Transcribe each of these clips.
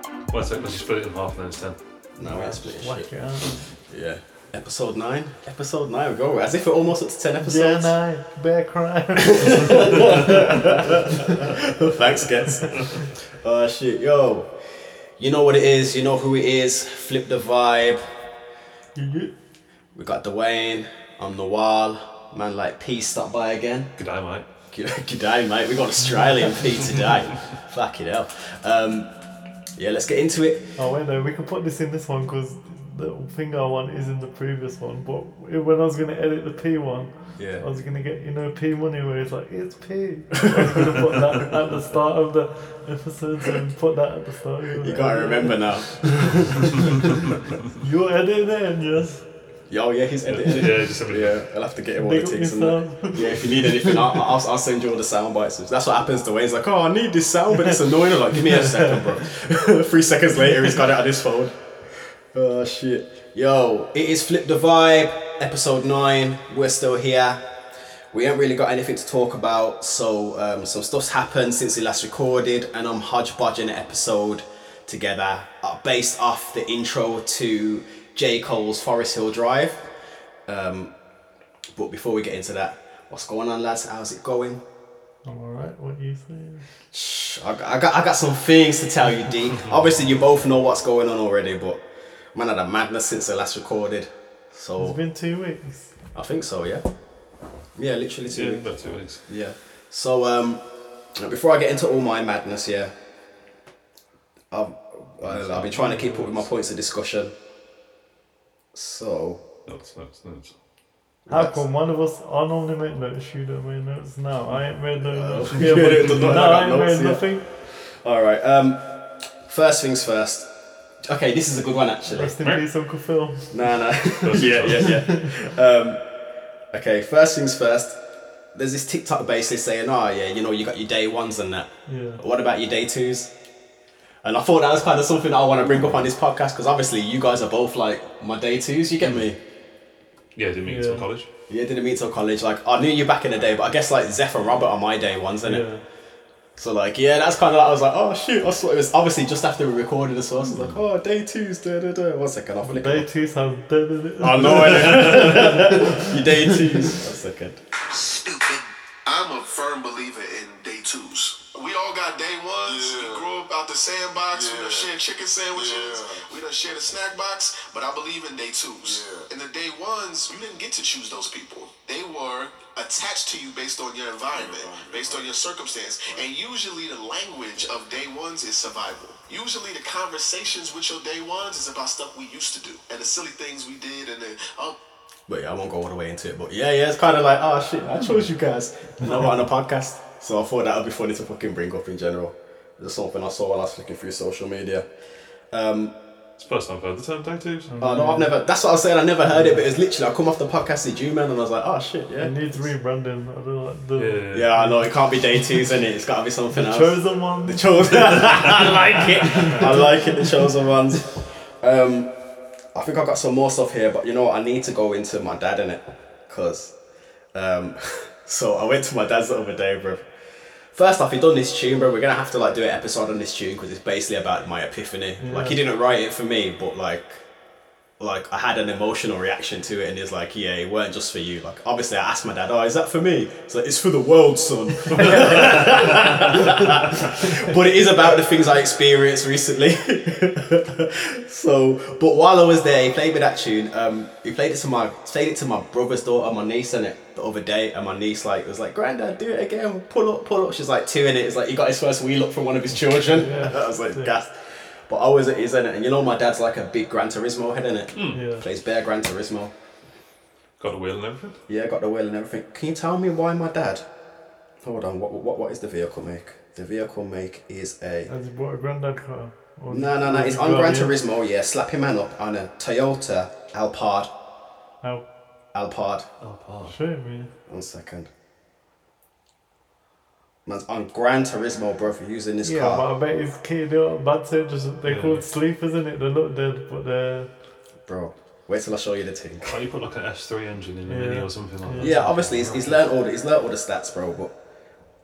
think let's split it in half then instead. No, we ain't split Whack shit. it out. Yeah. Episode 9? Episode 9, we go. As if we're almost up to 10 Yeah, episodes. no, bear crime. Thanks, guys. oh, shit, yo. You know what it is, you know who it is. Flip the vibe. We got Dwayne. I'm Nawal. Man like P stop by again. Good day, mate. Good good day, mate. We got Australian P today. Fucking hell. Um, yeah, let's get into it. Oh wait, no, we can put this in this one because the thing I want is in the previous one. But when I was gonna edit the P one, Yeah. I was gonna get you know P money where it's like it's P. I was gonna put that at the start of the episodes and put that at the start. Of You gotta remember now. You edit then, yes. Yo, yeah, he's edited. Yeah, just have a- Yeah, I'll have to get him all the Big up ticks and that. yourself. Yeah, if you need anything, I'll, I'll, I'll send you all the sound bites. That's what happens to Wayne's like, oh, I need this sound, but it's annoying. I'm like, give me a second, bro. Three seconds later, he's got it on his phone. Oh, shit. Yo, it is Flip the Vibe, episode 9. We're still here. We ain't really got anything to talk about, so um, some stuff's happened since we last recorded, and I'm hodgepodging an episode together uh, based off the intro to J. Cole's Forest Hill Drive. But before we get into that, what's going on, lads? How's it going? I'm alright. What you saying? Shh, I, got- I got, I got some things to tell you, D. Obviously, you both know what's going on already, but man had a madness since I last recorded. It's So been two weeks. I think so, yeah. Yeah, literally two. Yeah, weeks. about two weeks. Yeah. So um, before I get into all my madness, yeah, I've, I'll, I'll be trying to keep up with my points of discussion. So Notes, notes, notes. How That's- come one of us? I normally make notes. You don't make notes. No, I ain't made no notes. you but- don't know, I no, got I ain't notes, made yeah. nothing. all right. Um, first things first. Okay, this is a good one actually. Rest in peace, Uncle Phil. No, no. First yeah, yeah, things yeah. Um, okay, first things first. There's this TikTok basically saying, oh, yeah, you know, you got your day ones and that. Yeah. What about your day twos? And I thought that was kind of something that I want to bring up on this podcast because obviously you guys are both like my day twos, you get me? Yeah, didn't meet until Yeah. college. Yeah, didn't meet till college. Like, I knew you back in the day, but I guess like Zeph and Robert are my day ones, innit? Yeah. So, like, yeah, that's kind of like, I was like, oh, shoot. I saw it was obviously just after we recorded as well. So I was like, oh, day twos, da da da. One second, I'll flick it Day two sounds dead. isn't it? I know it. Your day twos. One second. stupid. I'm a firm believer in day twos. We all got day ones. Yeah. We grew up out the sandbox. We Yeah. done shared chicken sandwiches. Yeah. We done shared a snack box. But I believe in day twos. Yeah. And the day ones, you didn't get to choose those people. They were attached to you based on your environment, based on your circumstance. And usually the language of day ones is survival. Usually the conversations with your day ones is about stuff we used to do and the silly things we did and the oh But yeah, I won't go all the way into it. But yeah, yeah, it's kind of like, oh shit, I chose you guys. And I'm on a podcast. So I thought that would be funny to fucking bring up in general. Just something I saw while I was flicking through social media. It's the first time I've heard the term day twos. Oh no, I've never, that's what I was saying, I never heard it, but it's literally, I come off the podcast with you, man, and I was like, oh shit, It yeah. needs rebranding. I don't like the Yeah. Yeah, I know, it can't be day twos, innit? It's gotta be something else. chosen one. The chosen. I like it. I like it. The chosen ones. Um, I think I've got some more stuff here, but you know what? I need to go into my dad in it, cause, um, so I went to my dad's the other day, bro. First off, he done this tune, bro. We're gonna have to like do an episode on this tune because it's basically about my epiphany. Like he didn't write it for me, but like, like I had an emotional reaction to it, and he's like, "Yeah, it weren't just for you." Like, obviously, I asked my dad, "Oh, is that for me?" It's like, "It's for the world, son." but it is about the things I experienced recently. so, but while I was there, he played me that tune. Um, he played it to my played it to my brother's daughter, my niece, and it the other day, and my niece like was like, "Granddad, do it again, pull up, pull up." She's like two, and it's like he got his first wheel up from one of his children. I was like, "Gas." But I was at his innit? and you know my dad's like a big Gran Turismo head in it. Yeah. Plays bare Gran Turismo. Got a wheel and everything. Yeah, got the wheel and everything. Can you tell me why my dad? Hold on, what what, what is the vehicle make? The vehicle make is a Has he bought a granddad car? Or- No, no, no. or It's he on got Gran it? Turismo. oh Yeah, slap your man up on a Toyota Alphard. How Alphard. shame, man. One second. Man's on Gran Turismo, bro. For using this Yeah, car, but I bet his kid, you know, that's it. Just they're called sleepers, isn't it? They're not dead, but they're bro. Wait till I show you the thing. Can't Oh, you put like an S3 engine in a Yeah. Mini or something like that? Yeah, obviously he's, he's learned all the, he's learned all the stats, bro. But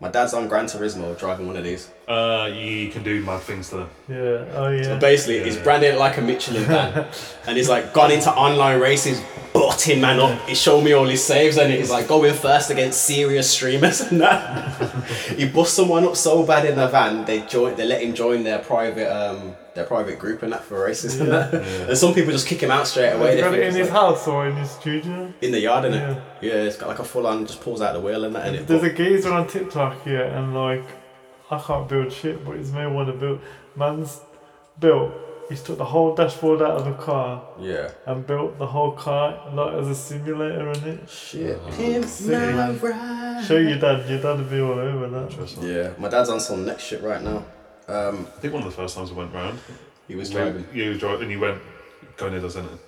My dad's on Gran Turismo driving one of these. Uh, you can do mad things to them. Yeah. Oh yeah. But basically, he's branded it like a Michelin van, and he's like gone into online races, butting man up. He showed me all his saves, and he's like going first against serious streamers and that. he bust someone up so bad in the van, they join, they let him join their private um their private group and that for races and that. And some people just kick him out straight away. He's They got think it in it's his like- house or in his studio. in the yard, innit? Yeah. it's got like a full on, just pulls out the wheel and that, and it. There's a geezer on TikTok here, and like, I can't build shit, but he's made one to build. Man's built. He's took the whole dashboard out of the car yeah. and built the whole car like as a simulator in it. Shit. Pimp my ride. Show your dad. Your dad would be all over that. Interesting. Yeah, my dad's on some next shit right now. Um, I think one of the first times we went round, he was you, driving. you drove and you went, go in there, does anything.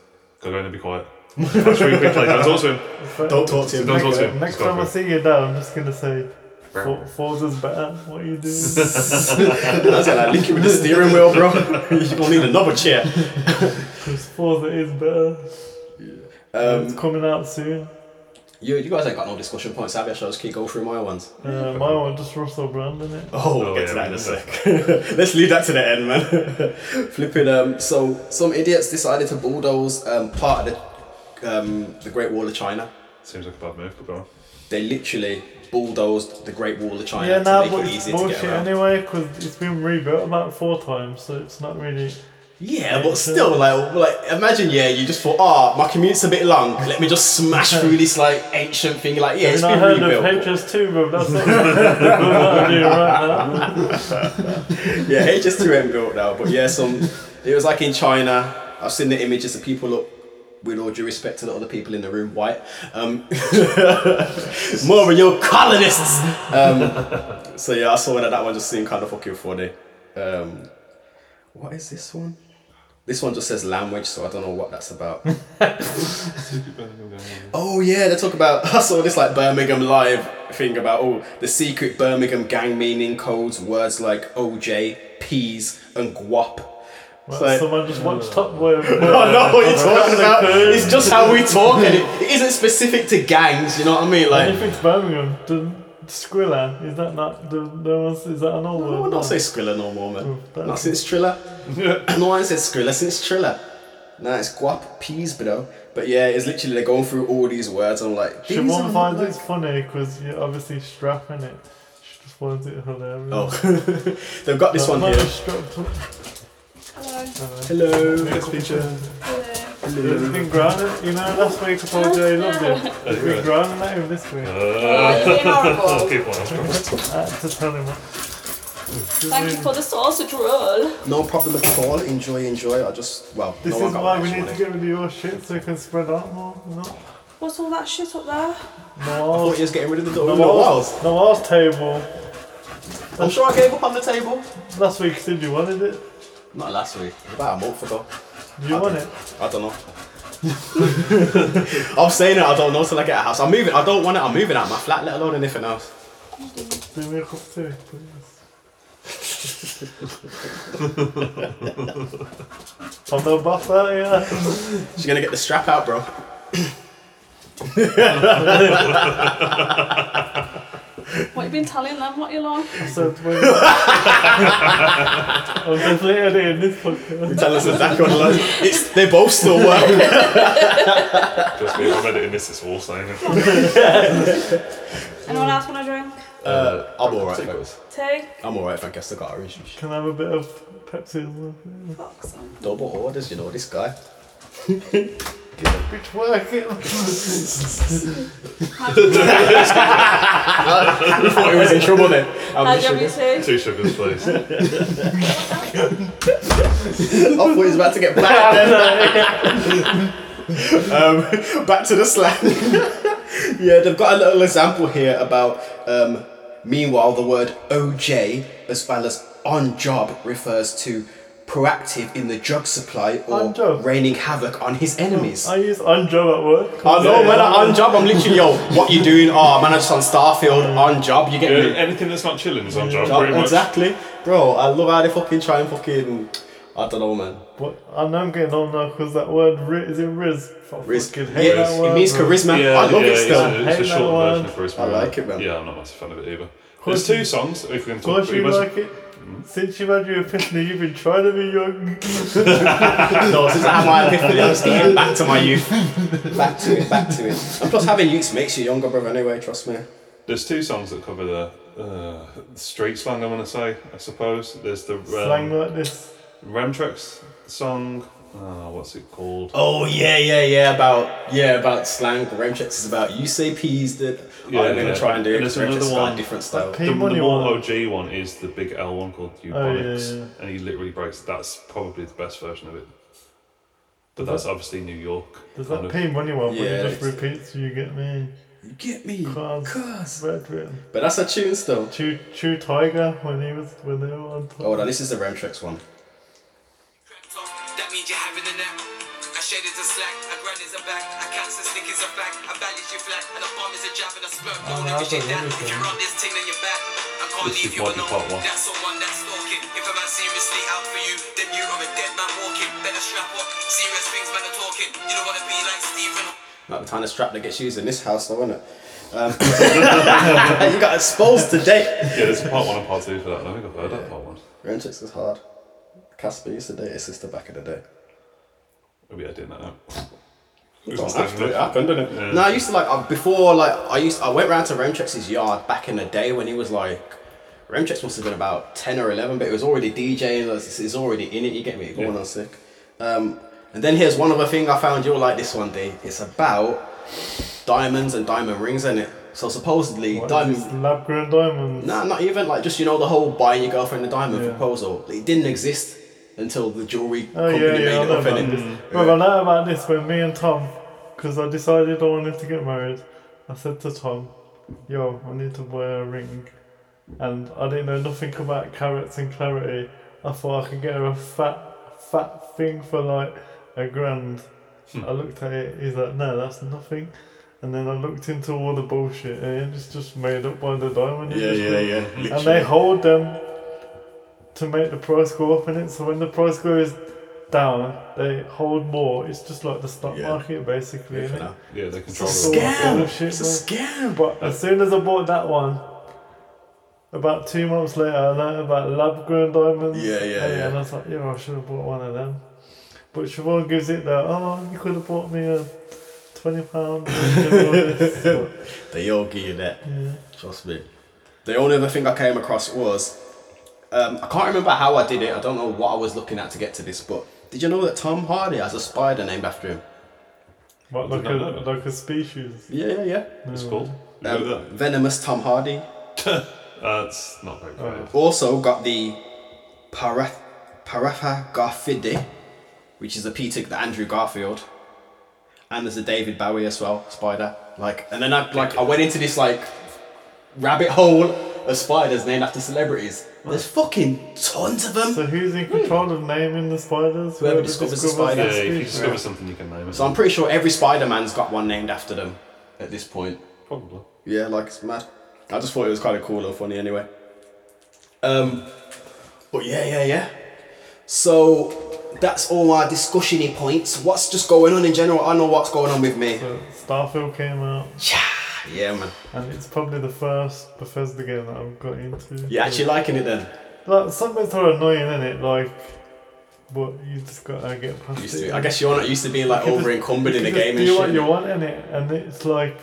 Go, go in there, be quiet. Actually, we played. That's awesome. Don't talk to him. Don't talk to him. Next Just go time I for it. see your dad, I'm just gonna say, "For- Forza's better. What are you doing? That's gonna like, link you with the steering wheel, bro. You're gonna need another chair. Because Forza is better. Um, it's coming out soon. You, you guys ain't got no discussion points, have you? Shall I just keep going through my ones? Uh, my one just Russell Brand in it. Oh, we'll Oh, get to that yeah, in a we sec. Let's leave that to the end, man. Flipping. Um, so some idiots decided to bulldoze um, part of the um, the Great Wall of China. Seems like a bad move, but go on. They literally bulldozed the Great Wall of China Yeah, to nah, make but it it's easier to bullshit get around. anyway because it's been rebuilt about four times, so it's not really. Yeah, but still, like, like imagine, yeah, you just thought, ah, my commute's a bit long. Let me just smash through this like ancient thing. Like, yeah, it's And I been heard rebuilt. of HS2, bro. That's not what I'm doing right now. yeah, it's just too end built now. But yeah, some it was like in China. I've seen the images of people look. With all due respect to the other people in the room, white. Um, more of your colonists. Um, so yeah, I saw that. That one just seemed kind of fucking funny. Um, what is this one? This one just says language, so I don't know what that's about. Oh yeah, they talk about I saw this like Birmingham Live thing about oh the secret Birmingham gang meaning codes words like OJ, peas, and guap. It's like, Someone just watched Top Boy. I know what you're talking about. Birmingham. It's just how we talk, and it, it isn't specific to gangs. You know what I mean? And if Like, it's Birmingham, doesn't Skrilla, is that not. Do, no one's, is that an old I would word? not say Skrilla no more, man. Mm, that- Not since Triller. no one says Skrilla since Triller. Nah, it's guap, peas, bro. But yeah, it's literally they're going through all these words. I'm like, these Siobhan are finds like- it funny because you're obviously strapping it. She just finds it hilarious. Oh, they've got this one I'm not here. strapped up. Hello. It's been grinding, you know, last week I told you I loved it. It's been Yeah. grinding at him this week. I'll Horrible. keep one. I'll I had to tell him. Thank you for the sausage roll. No problem at all. Enjoy, enjoy. I just well. This no one is got why one we this need to morning. get rid of your shit so we can spread out more. No, What's all that shit up there? I no, thought you was getting rid of the no, door. Noel's, Noel's table. I'm sure I gave up on the table. Last week said you wanted it. Not last week. About a month ago. You want it. I don't know. I'm saying it. I don't know till I get a house. I'm moving. I don't want it. I'm moving out of my flat, let alone anything else. Do me a cup of tea, please. I'm no buff out here. She's gonna get the strap out, bro. What you been telling them? What you like? I said, wait. I'm definitely editing this podcast. Tell us exactly what it was. It's they both still work. Just be I'm editing this, it's all saying. Anyone else want a drink? Uh, I'm alright, thanks. Tea? I'm alright, thank you. I still got orange. juice. Can I have a bit of Pepsi as well? please? Fuck's sake. Double orders, you know this guy. Bitch, work it. I thought he was in trouble then. I'm How'd in you have trouble. your tea? Two sugars, please. I thought he was about to get black um, back to the slang. yeah, they've got a little example here about. Um, meanwhile, the word OJ, as well as on job, refers to proactive in the drug supply On job. Oh, or raining havoc on his enemies. I use Unjob at work. I know, man. I'm on job. I'm literally, yo, what you doing? Oh, man, I'm just on Starfield. On job, you get Yeah, me. anything that's not chilling is on job, Job, pretty much. Oh, Exactly, bro. I love how they fucking try and fucking. I don't know, man. What? I know I'm getting on now because that word ri- is it Riz? I Riz- fucking hate Yeah, that it word, means bro. charisma. Yeah, I love yeah, it it's still. a, it's a hate that short one. version of Charisma. I like it, man. Yeah, I'm not a massive fan of it either. There's two songs if we can Of course talk. you must- like it. Since you've had your epiphany, you've been trying to be young. No, since I had my epiphany, I'm stealing back to my youth. Back to it, back to it. And plus, having youths makes you younger, brother, anyway, trust me. There's two songs that cover the uh, street slang. I want to say. I suppose there's the Slang um, like this. Ramtrax song. Oh, what's it called? Oh, yeah, yeah, yeah, about, yeah, about slang. Remchecks is about, you say peas, did. Yeah, I'm going yeah. to try and do it. And there's Rem another Checks is about one. different style. P The, the more money one. Oh, OG one is the big L one called Eubonics, yeah. and he literally breaks. That's probably the best version of it. But that's obviously New York. There's kind that of- P money one Yeah, where it just it's- repeats you get me. You get me, Cause cuz. Red Written. But that's a tune still. Chew Chew Tiger when he was when they were on top. Hold on, this is the Remchecks one. That means you're having a nap. I shed is a slack, I grind is a back, I catch a stick is a fact, I balance you flat, and a bomb is a jab and a smirk. Oh, Don't no, that's give a shit a that. really If good you're on this thing, then you're back. I can't This leave is you what you alone. part one. That's someone that's stalking. If a man seriously out for you, then you're a dead man walking. Better strap up. Serious things, man are talking. You don't wanna be like Steven. Like the kind of strap that gets used in this house, though, isn't it? Um, you got exposed today. Yeah, there's a part one and part two for that. and I think I've heard that part one. Remchecks is hard. Casper used to date his sister back in the day. Maybe I didn't know. Don't It's have to. It definitely- happened, didn't it? Yeah. No, I used to like uh, before. Like I used, I went round to Remchex's yard back in the day when he was like. Remchex must have been about ten or eleven, but it was already DJing. like, It's it's already in it. You get me? Going on sick. Um, and then here's one other thing I found. You'll like this one, D. It's about diamonds and diamond rings, is it? So supposidly, What is diamond this, lab grown diamonds. Nah, not even like just you know the whole buying your girlfriend a diamond Yeah. proposal. It didn't exist until the jewelry Oh company yeah, yeah, made I it know Mm. up. about innit? this. Well, I know about this when me and Tom, because I decided I wanted to get married. I said to Tom, "Yo, I need to buy a ring," and I didn't know nothing about carrots and clarity. I thought I could get her a fat, fat thing for like a grand. Hmm. I looked at it. He's like, "No, that's nothing." And then I looked into all the bullshit, and it's just made up by the diamond. industry. yeah. And they hold them to make the price go up in it. So when the price goes down, they hold more. It's just like the stock Yeah. market, basically. innit? now. Yeah, they control the It's all Scam! bullshit, It's a man. scam. But as soon as I bought that one, about two months later, I learned about lab grown diamonds. Yeah, yeah, yeah. And I was like, yeah, I should have bought one of them. But Siobhan gives it that, oh, you could have bought me a £20. ring." They all give you that. Trust me. The only other thing I came across was um, I can't remember how I did it. I don't know what I was looking at to get to this, but did you know that Tom Hardy has a spider named after him? But like not know a, that. like a species. Yeah, yeah, yeah. It's called. You Um, know Venomous Tom Hardy. that? Uh, it's not very creative. also got the Parath Parathagaphide, which is a Peter the Andrew Garfield, and there's a David Bowie as well, Spider. Like, and then I like I went into this like rabbit hole of spiders named after celebrities. There's fucking tons of them. So who's in control of naming the spiders? Whoever did discovers the yeah, discover spider. if that you species? discover something, you can name it. So I'm pretty sure every Spider Man's got one named after them at this point. Probably. Yeah, like it's mad. I just thought it was kind of cool and funny anyway. Um, but yeah, yeah, yeah. So that's all our discussiony points. What's just going on in general? I know what's going on with me. So Starfield came out, Yeah, man. and it's probably the first Bethesda game that I've got into. You actually liking it then? Like, some bits are annoying, in it? Like, but you just gotta get past Used it. to. I guess you're not used to being like over encumbered in the You game just and do what you shit. want in it, and it's like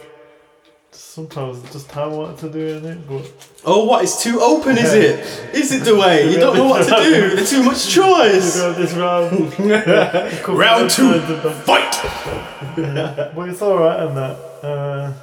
sometimes it's just how I want to do in it. But Oh, what? It's too open, is it? Is it the way? You don't know what to do. There's too much you choice. got this round, Round two, fight. but it's all right in that. Uh,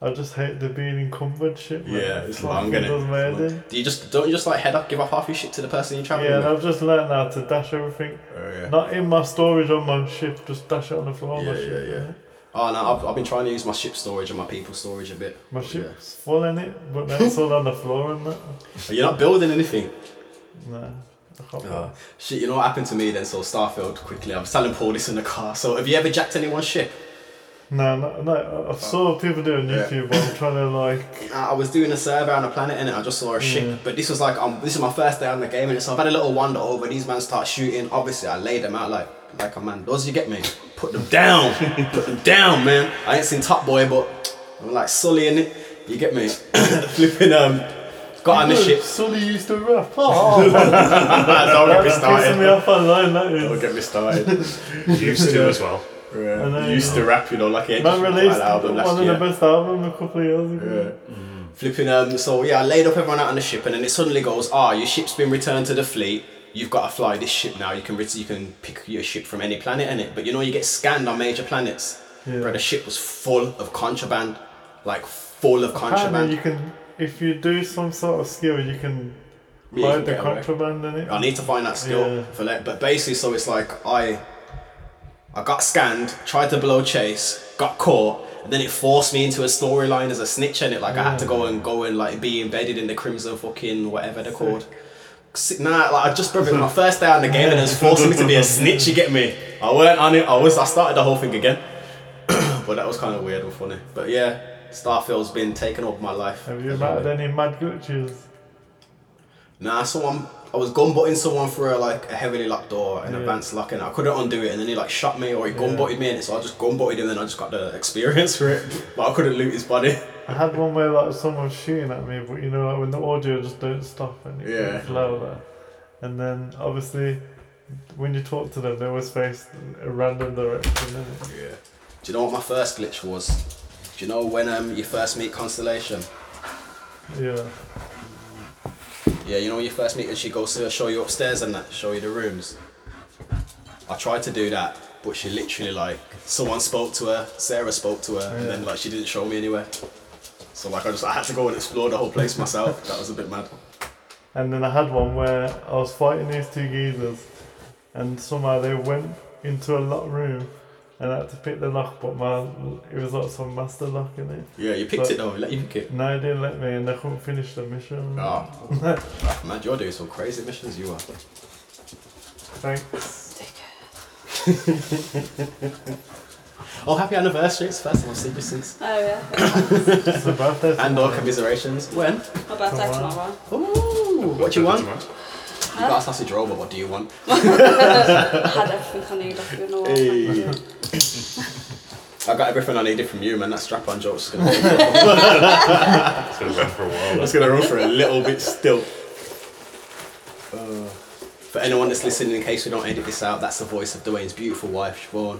I just hate the being encumbered shit. man. Yeah, it's Like, long, it innit? doesn't matter, does it? Do you just don't you just like head up, give up half your shit to the person you're traveling Yeah, and with? I've just learned how to dash everything. Oh, yeah. Not in my storage on my ship, just dash it on the floor. Yeah, my yeah, ship, yeah. Oh no, I've, I've been trying to use my ship storage and my people storage a bit. My ship's full in it, but then it's all on the floor and that. But You're not building anything. Nah. I can't Shit, you know what happened to me then? So Starfield quickly. I was telling Paul this in the car. So have you ever jacked anyone's ship? nah, no, no, I saw people do it on YouTube, but I'm trying to like. Uh, I was doing a survey on a planet and I just saw a ship. But this was like um, this is my first day on the game, and so I've had a little wander over. These man start shooting. Obviously, I laid them out like like a man does. You get me? Put them down. Put them down, man. I ain't seen Top Boy, but I'm like Sully in it. You get me? Flipping um, got on the ship. Sully used to rough. Oh, Don't get me that's pissing me started. off online, that Don't is. get me started. Used to as well. Yeah. I know, Used to rap, you know, like it. Man released album last one of year. the best albums a couple of years ago. Flipping um so yeah, I laid up everyone out on the ship and then it suddenly goes, ah, your ship's been returned to the fleet. You've got to fly this ship now. You can ret- you can pick your ship from any planet in it, but you know you get scanned on major planets. Yeah. Bro, the ship was full of contraband, like full of Apparently, contraband. you can, if you do some sort of skill, you can you can hide the get away. contraband in it. I need to find that skill Yeah. for that. But basically, so it's like I, I got scanned, tried to blow chase, got caught, and then it forced me into a storyline as a snitch in it. Like I had to go and go and like be embedded in the Crimson fucking whatever they're called. Si- Nah, like I just brother, my first day on the game and it's forcing me to be a snitch. You get me? I weren't on it. I was. I started the whole thing again. but that was kind of weird and funny. But yeah. Starfield's been taken over my life. Have you had any mad glitches? Nah, someone I was gunbutting someone through a, like a heavily locked door, an Yeah. advanced lock, and I couldn't undo it. And then he like shot me, or he gunbutted me, and so I just gunbutted him, and I just got the experience for it. But I couldn't loot his body. I had one where like someone was shooting at me, but you know like when the audio just don't stop and it Yeah. gets louder. And then obviously when you talk to them, they always face a random direction. innit? Yeah. Do you know what my first glitch was? Do you know when um you first meet Constellation? Yeah. Yeah, you know when you first meet and she goes to show you upstairs and that, show you the rooms. I tried to do that, but she literally like someone spoke to her, Sarah spoke to her, and then like she didn't show me anywhere. So like I just I had to go and explore the whole place myself. that was a bit mad. And then I had one where I was fighting these two geezers, and somehow they went into a locked room, and I had to pick the lock, but my it was like some master lock in it. Yeah, you picked So- it though. Let you pick it. No, it didn't let me, and I couldn't finish the mission. Ah, man, you're doing some crazy missions. You are. Thanks. Oh, happy anniversary! It's the first time I've seen you since. Oh yeah. It's a birthday. And tomorrow. or commiserations. When? My birthday Tomorrow. tomorrow. Ooh, what do you want? You Tomorrow. got a sausage roll, but what do you want? I had everything I need off you know. I got everything I needed from you, man. That strap-on joke's gonna run, It's been around for a while. it's gonna run for a little bit still. Uh, for anyone that's listening, in case we don't edit this out, that's the voice of Dwayne's beautiful wife, Siobhan.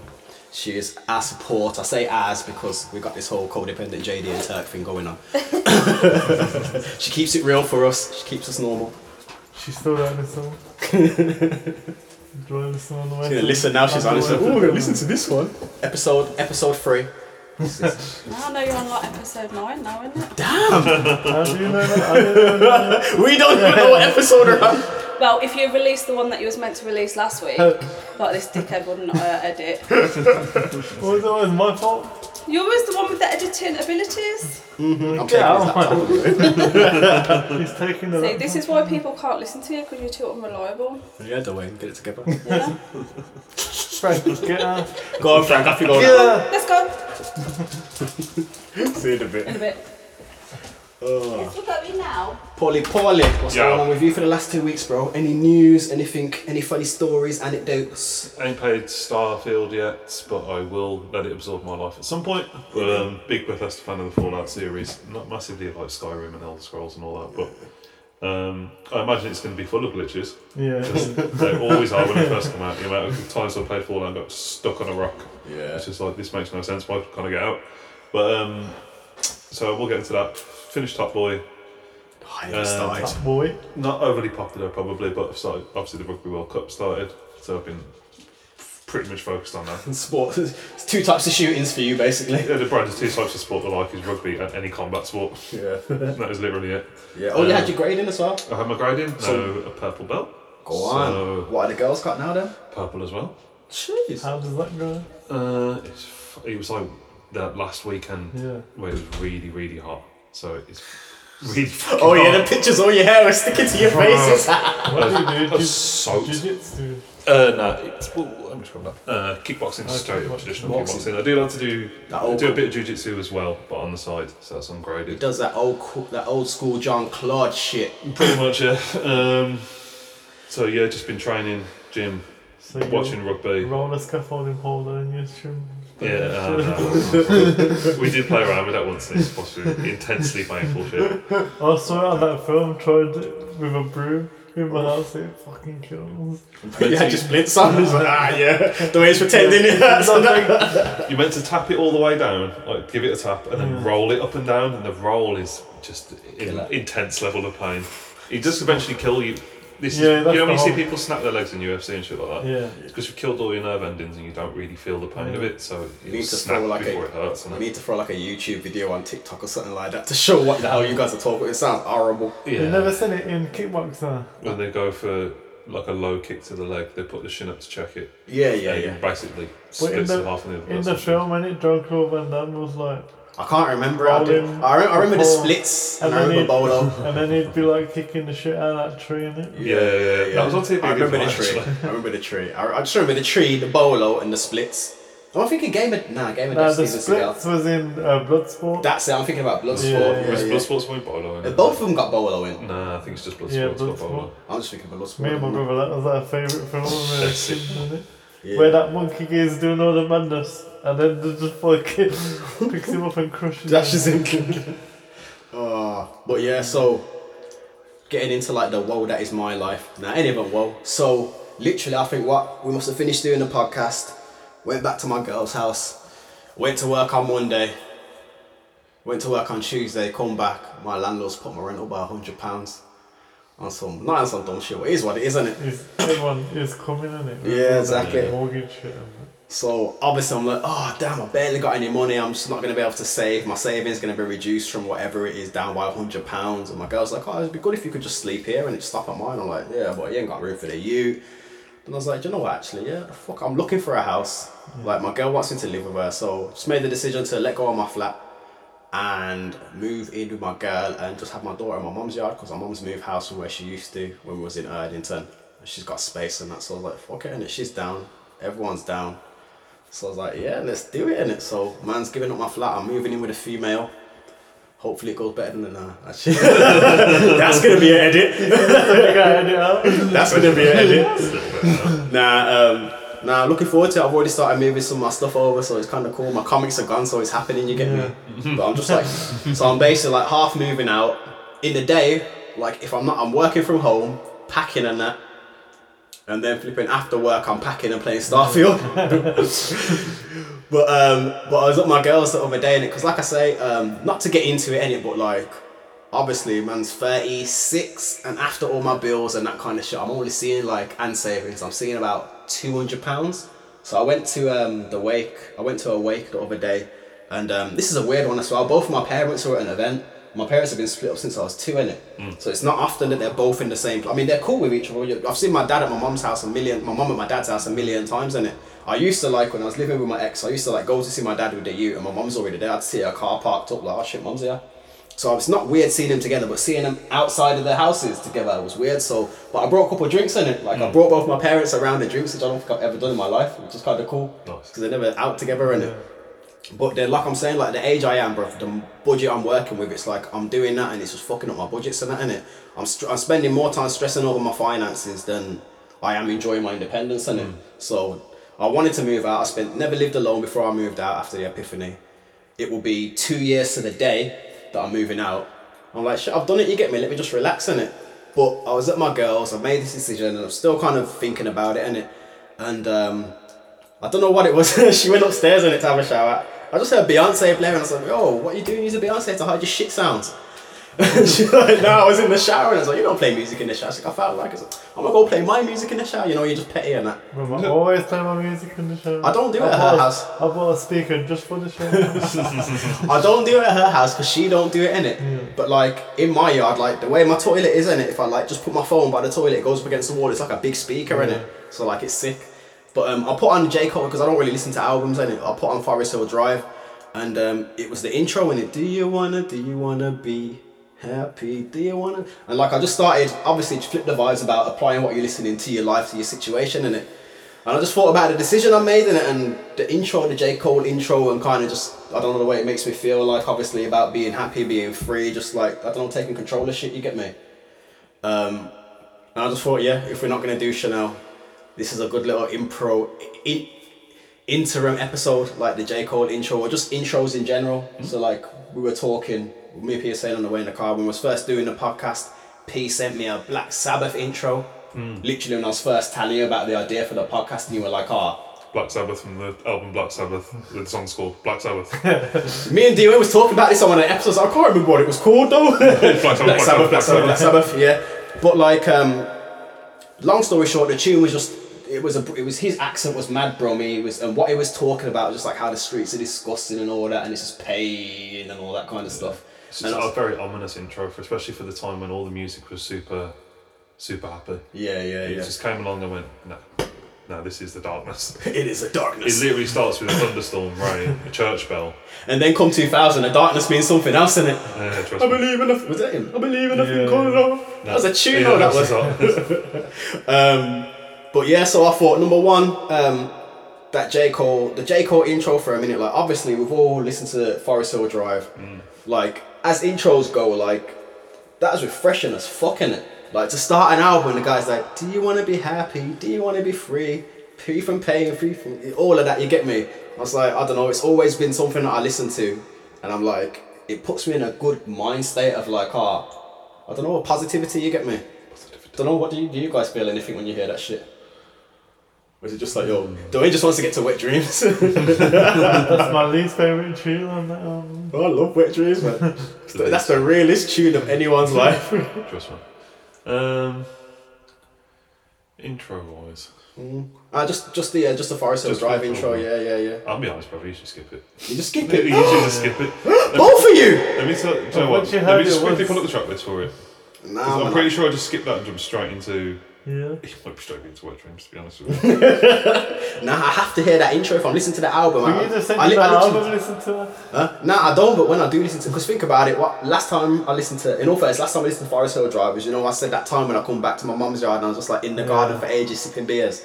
She is our support. I say as because we got this whole codependent JD and Turk thing going on. she keeps it real for us. She keeps us normal. She's still don't listen. Do I listen on the way? Yeah, to- listen now. She's on on. the Listen. way Oh, we're to- gonna listen to this one. Episode episode three. Now I know you're on like episode nine now, isn't it? How do you know that? I didn't know that. We don't even know what episode we're on. Well, if you released the one that you was meant to release last week, like this dickhead wouldn't uh, edit. Well, that was my fault. You're always the one with the editing abilities. I'm taking out this of my- laptop away. He's taking the. See, this is why people can't listen to you because you're too unreliable. Yeah, Dwayne, get it together. Yeah. Frank, get out. go on, Frank. Off you go. now. Yeah. Let's go. See you in a bit. In a bit. Yes, look at me now. Paulie, Paulie, what's Yeah. going on with you for the last two weeks, bro? Any news? Anything? Any funny stories? Anecdotes? I ain't played Starfield yet, but I will let it absorb my life at some point. But um, big Bethesda fan of the Fallout series, not massively like Skyrim and Elder Scrolls and all that, but um, I imagine it's going to be full of glitches. Yeah. They always are when they first come out. The amount of times I played Fallout and got stuck on a rock. Yeah. It's just like this makes no sense. Why can't I get out? But um, so we'll get into that. Finished Top Boy. I haven't started. Boy. Not overly popular probably, but I've started, obviously the Rugby World Cup started, so I've been pretty much focused on that. Sports. It's two types of shootings for you, basically. Yeah, the brand is two types of sport that I like is rugby and any combat sport. Yeah. That is literally it. yeah. Oh, you had your grading as well. I have my grade in, no, So- a purple belt, Go on. So- what are the girls got now then? purple as well. Jeez. How does that go? Uh, it's, f- it was like that last weekend Yeah. where it was really, really hot. So it's really fucking Oh yeah, the hot. pictures, all your hair was sticking to your faces. What do you do? I was Jiu- soaked. Jiu-jitsu. Uh, no, it's, well, I'm just going back. Uh, kickboxing, straight up kickboxing. traditional kickboxing. I do like to do, That I old- do a bit of jiu-jitsu as well, but on the side, so that's ungraded. Does that old co- that old school John Claude shit? Pretty much, yeah. Um, so yeah, just been training, gym, So you watching rugby. Roller scaffolding holder and you shoot. Yeah, uh, we did play around with that once. and It's possibly intensely painful shit. I saw it on Oh, that film, tried it with a broom in my house, it fucking kills. you had just blitz on. It's like, ah, yeah. The way it's pretending it hurts. You're meant to tap it all the way down, like give it a tap, and then roll it up and down. And the roll is just in, Killer. intense level of pain. It does eventually kill you. This Yeah, is, that's you know when the you see whole- people snap their legs in UFC and shit like that. Yeah. because you've killed all your nerve endings and you don't really feel the pain of it, so We you need to snap throw like before it a. hurts. We And need to throw like a YouTube video on TikTok or something like that to show what the hell you guys are talking. about. It sounds horrible. yeah. You've never seen it in Kickboxer. when they go for like a low kick to the leg, they put the shin up to check it. Yeah, yeah, and yeah. Basically But in splits it the, half in the other in the person. film, when it drunk over and then was like, I can't remember. how I, did. Rolling I, re- I remember the before- splits. and And I then remember Bolo. and then he'd be like kicking the shit out of that tree in it. Yeah, yeah, yeah. That was on TV. I remember the didn't it, tree. actually? I remember the tree. I, I just remember the tree, the bolo, and the splits. Oh, I'm thinking Game of Nah, Game of Now Death the Steven splits Seagal. was in uh, Bloodsport. That's it. I'm thinking about Bloodsport. Yeah, Yeah, Was yeah, Bloodsport's one bolo in it? Both of them got bolo in. Nah, I think it's just Bloodsport's Yeah, got bolo. Bloodsport. I'm just thinking about Bloodsport. Me and my brother, that was our favourite film when we were That's it. kids, wasn't it? Yeah. Where that monkey is doing all the madness, and then they just fucking picks him up and crushes him. Dashes in. Ah, but yeah, so getting into like the whoa, that is my life. Now, any of them, whoa. So literally, I think what we must have finished doing the podcast. Went back to my girl's house. Went to work on Monday. Went to work on Tuesday. Come back. My landlord's put my rent up by hundred pounds. On some, not on some dumb shit. But it is what it is, isn't it? Is everyone is coming in it? Yeah, exactly. Mortgage shit. and So obviously I'm like, oh damn, I barely got any money. I'm just not gonna be able to save. My savings gonna be reduced from whatever it is down by hundred pounds. And my girl's like, oh, it'd be good if you could just sleep here and it's stop at mine. I'm like, yeah, but you ain't got room for the you. And I was like, Do you know what? Actually, yeah, the fuck, I'm looking for a house. Like my girl wants me to live with her, so just made the decision to let go of my flat and move in with my girl and just have my daughter in my mum's yard because my mum's moved house from where she used to when we was in Erdington. And She's got space and that, so I was like, fuck it, and she's down. Everyone's down. So I was like, yeah, let's do it, innit? So man's giving up my flat, I'm moving in with a female. Hopefully it goes better than that. Actually, that's gonna be an edit. that. Gotta edit out. That's gonna be an edit. Nah, um, nah, looking forward to it. I've already started moving some of my stuff over, so it's kind of cool. My comics are gone, so it's happening. You get me? But I'm just like, so I'm basically like half moving out in the day. Like if I'm not, I'm working from home, packing and that, and then flipping after work, I'm packing and playing Starfield. But um, but I was at my girl's the other day, and because like I say, um, not to get into it, any but like, obviously, man's thirty six, and after all my bills and that kind of shit, I'm only seeing like and savings. I'm seeing about two hundred pounds. So I went to um, the wake. I went to a wake the other day, and um, this is a weird one as well. Both of my parents were at an event. My parents have been split up since I was two, innit? So it's not often that they're both in the same. I mean, they're cool with each other. I've seen my dad at my mum's house a million, my mum at my dad's house a million times, innit? I used to like when I was living with my ex. I used to like go to see my dad with the U, and my mum's already there. I'd see her car parked up, like, oh shit, mum's here. So it's not weird seeing them together, but seeing them outside of their houses together was weird. So, but I brought a couple of drinks in it. Like I brought both my parents around the drinks, which I don't think I've ever done in my life, which is kind of cool Nice. because they're never out together and. But then, like I'm saying, like the age I am, bro, the budget I'm working with, it's like I'm doing that and it's just fucking up my budgets and that, innit? I'm, str- I'm spending more time stressing over my finances than I am enjoying my independence, innit? So I wanted to move out. I spent never lived alone before I moved out after the epiphany. It will be two years to the day that I'm moving out. I'm like, shit, I've done it, you get me, let me just relax, innit? But I was at my girl's, I made this decision and I'm still kind of thinking about it, innit? And, um, I don't know what it was. she went upstairs and it to have a shower. I just heard Beyonce playing and I was like, yo, what are you doing using Beyonce to hide your shit sounds? She's like, no, I was in the shower and I was like, you don't play music in the shower. She's like, I felt like it. I was like, I'm gonna go play my music in the shower. You know, you're just petty and that. Remember, I always play my music in the show. I don't do it at her bought, a- house. I bought a speaker just for the show. I don't do it at her house because she don't do it in it. But like in my yard, like the way my toilet is in it, if I like just put my phone by the toilet, it goes up against the wall. It's like a big speaker in it, so like it's sick. But um, I put on J Cole because I don't really listen to albums in it. I put on Forest Hill Drive, and um, it was the intro in it. Do you wanna? Do you wanna be? Happy, do you wanna? And like I just started, obviously, to flip the vibes about applying what you're listening to your life, to your situation, in it. And I just thought about the decision I made in it and the intro, the J. Cole intro, and kind of just, I don't know the way it makes me feel like, obviously, about being happy, being free, just like, I don't know, taking control of shit, you get me? Um, and I just thought, yeah, if we're not going to do Chanel, this is a good little impro, in, interim episode, like the J. Cole intro, or just intros in general. So, like, we were talking, me and Peter saying on the way in the car, when we was first doing the podcast, P sent me a Black Sabbath intro. Literally, when I was first telling you about the idea for the podcast, and you were like, ah, Black Sabbath from the album Black Sabbath. The song's called Black Sabbath. Me and Dio was talking about this on one of the episodes. I can't remember what it was called though. Black Sabbath, Black Sabbath, Black Sabbath, Black Sabbath. Sabbath. Yeah, but like, um, long story short, the tune was just it was a it was his accent was mad Brummy. It was and what he was talking about was just like how the streets are disgusting and all that, and it's just pain and all that kind of stuff. It's And just I a was- very ominous intro, for, especially for the time when all the music was super, super happy. yeah, yeah, It yeah. just came along and went, no, no, this is the darkness. It is a It darkness, literally starts with a thunderstorm, rain, a church bell. and then come 2000, the darkness means something else in it. Yeah, trust I me. believe enough. Was that him? I believe enough Yeah. in Colorado. That was a tune. Yeah, though, that that's was. the song. Um, but yeah, so I thought number one, um, that J Cole, the J Cole intro for a minute. Like obviously, we've all listened to Forest Hill Drive. Like as intros go, like that is refreshing as fucking it. Like to start an album, the guy's like, "Do you want to be happy? Do you want to be free? Free from pain, free from all of that." You get me? I was like, I don't know. It's always been something that I listen to, and I'm like, it puts me in a good mind state of like, ah, I don't know, positivity. You get me? Don't know. What do you, do you guys feel anything when you hear that shit? Or is it just like, yo, Dwayne just wants to get to wet dreams? I That's my least favourite tune on that um, album. Oh, love wet dreams, man. That's the realest tune of anyone's life. Trust me. Um, intro wise, Uh, just, just the, uh, just the Forest Hill Just Drive the- intro. Yeah, yeah, yeah. I'll be honest, brother, you should skip it. You just skip You it. should just skip it. Both of you. Let me tell do you know what? Oh, once you Let me heard just it quickly once- pull up the track list for it. 'Cause Nah, I'm man. pretty sure I just skipped that and jumped straight into. Yeah. It might be straight into Wet Dreams, to be honest with you. nah, I have to hear that intro if I'm listening to the album. Will I, you just send I, me li- that I literally- album and listen to that? Huh? Nah, I don't. But when I do listen to, because think about it. What last time I listened to, in all fairness, last time I listened to Forest Hill Drivers, you know, I said that time when I come back to my mum's yard and I was just like in the garden for ages sipping beers,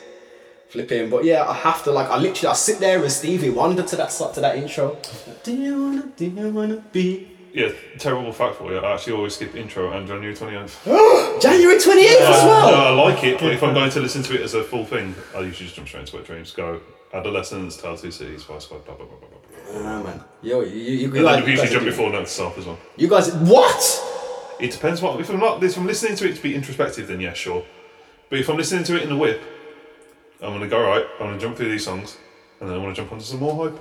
flipping. But yeah, I have to like, I literally, I sit there and Stevie Wonder to that so- to that intro. Do you wanna, do you wanna be? yeah, terrible fact for you. I actually always skip intro and January 29th. Oh! January twenty eighth as No, well. I like it, but if I'm going to listen to it as a full thing, I usually just jump straight into Wet Dreams, go Adolescence, Tale Two Cities, Vice Squad, blah, blah, blah, blah, blah. blah. Nah, man. Yo, you, you, you, And guys- then we you usually guys, jump are- before notes self as well. you guys, what? It depends what. If I'm not, if I'm listening to it to be introspective, then yeah, sure. But if I'm listening to it in the whip, I'm gonna go right. I'm gonna jump through these songs, and then I'm gonna jump onto some more hype.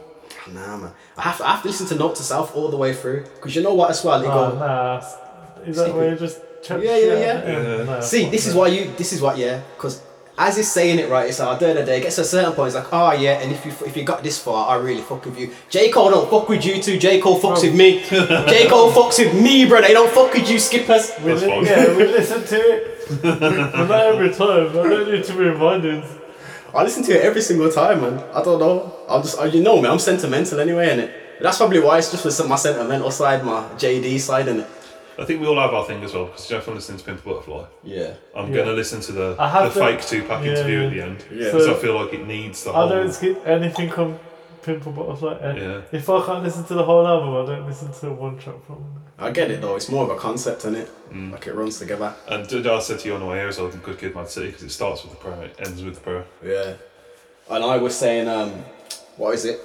Nah, man. I have to, I have to listen to Note to Self all the way through because you know what as well. It goes. Oh, nah. s- Is that where you just check Yeah, yeah, yeah. nah, See, fuck this is it. why you. This is what, yeah. Because as he's saying it, right, it's like, da da da. It gets to a certain point, it's like, oh yeah. And if you if you got this far, I really fuck with you. J Cole don't fuck with you too. J Cole fucks with me. J Cole fucks with me, brother. He don't fuck with you, skippers. We That's li- fine. yeah, we listen to it. and not every time. I don't need to be reminded. I listen to it every single time, man. I don't know. I'm just, uh, you know me. I'm sentimental anyway, and that's probably why it's just with my sentimental side, my JD side, and I think we all have our thing as well because you know, if I'm listening to Pimp a Butterfly, yeah. I'm Yeah. gonna listen to the I have the to- fake Tupac yeah, interview yeah. at the end Yeah. because I So- feel like it needs the I whole. don't skip anything from Pimple Butterfly. eh. Yeah. If I can't listen to the whole album, I don't listen to one track from I get it though. It's more of a concept, isn't it? Like it runs together. And did I said to you on the way here as well, than Good Kid, Mad City, because it starts with the prayer, it ends with the prayer. Yeah. And I was saying, um, what is it?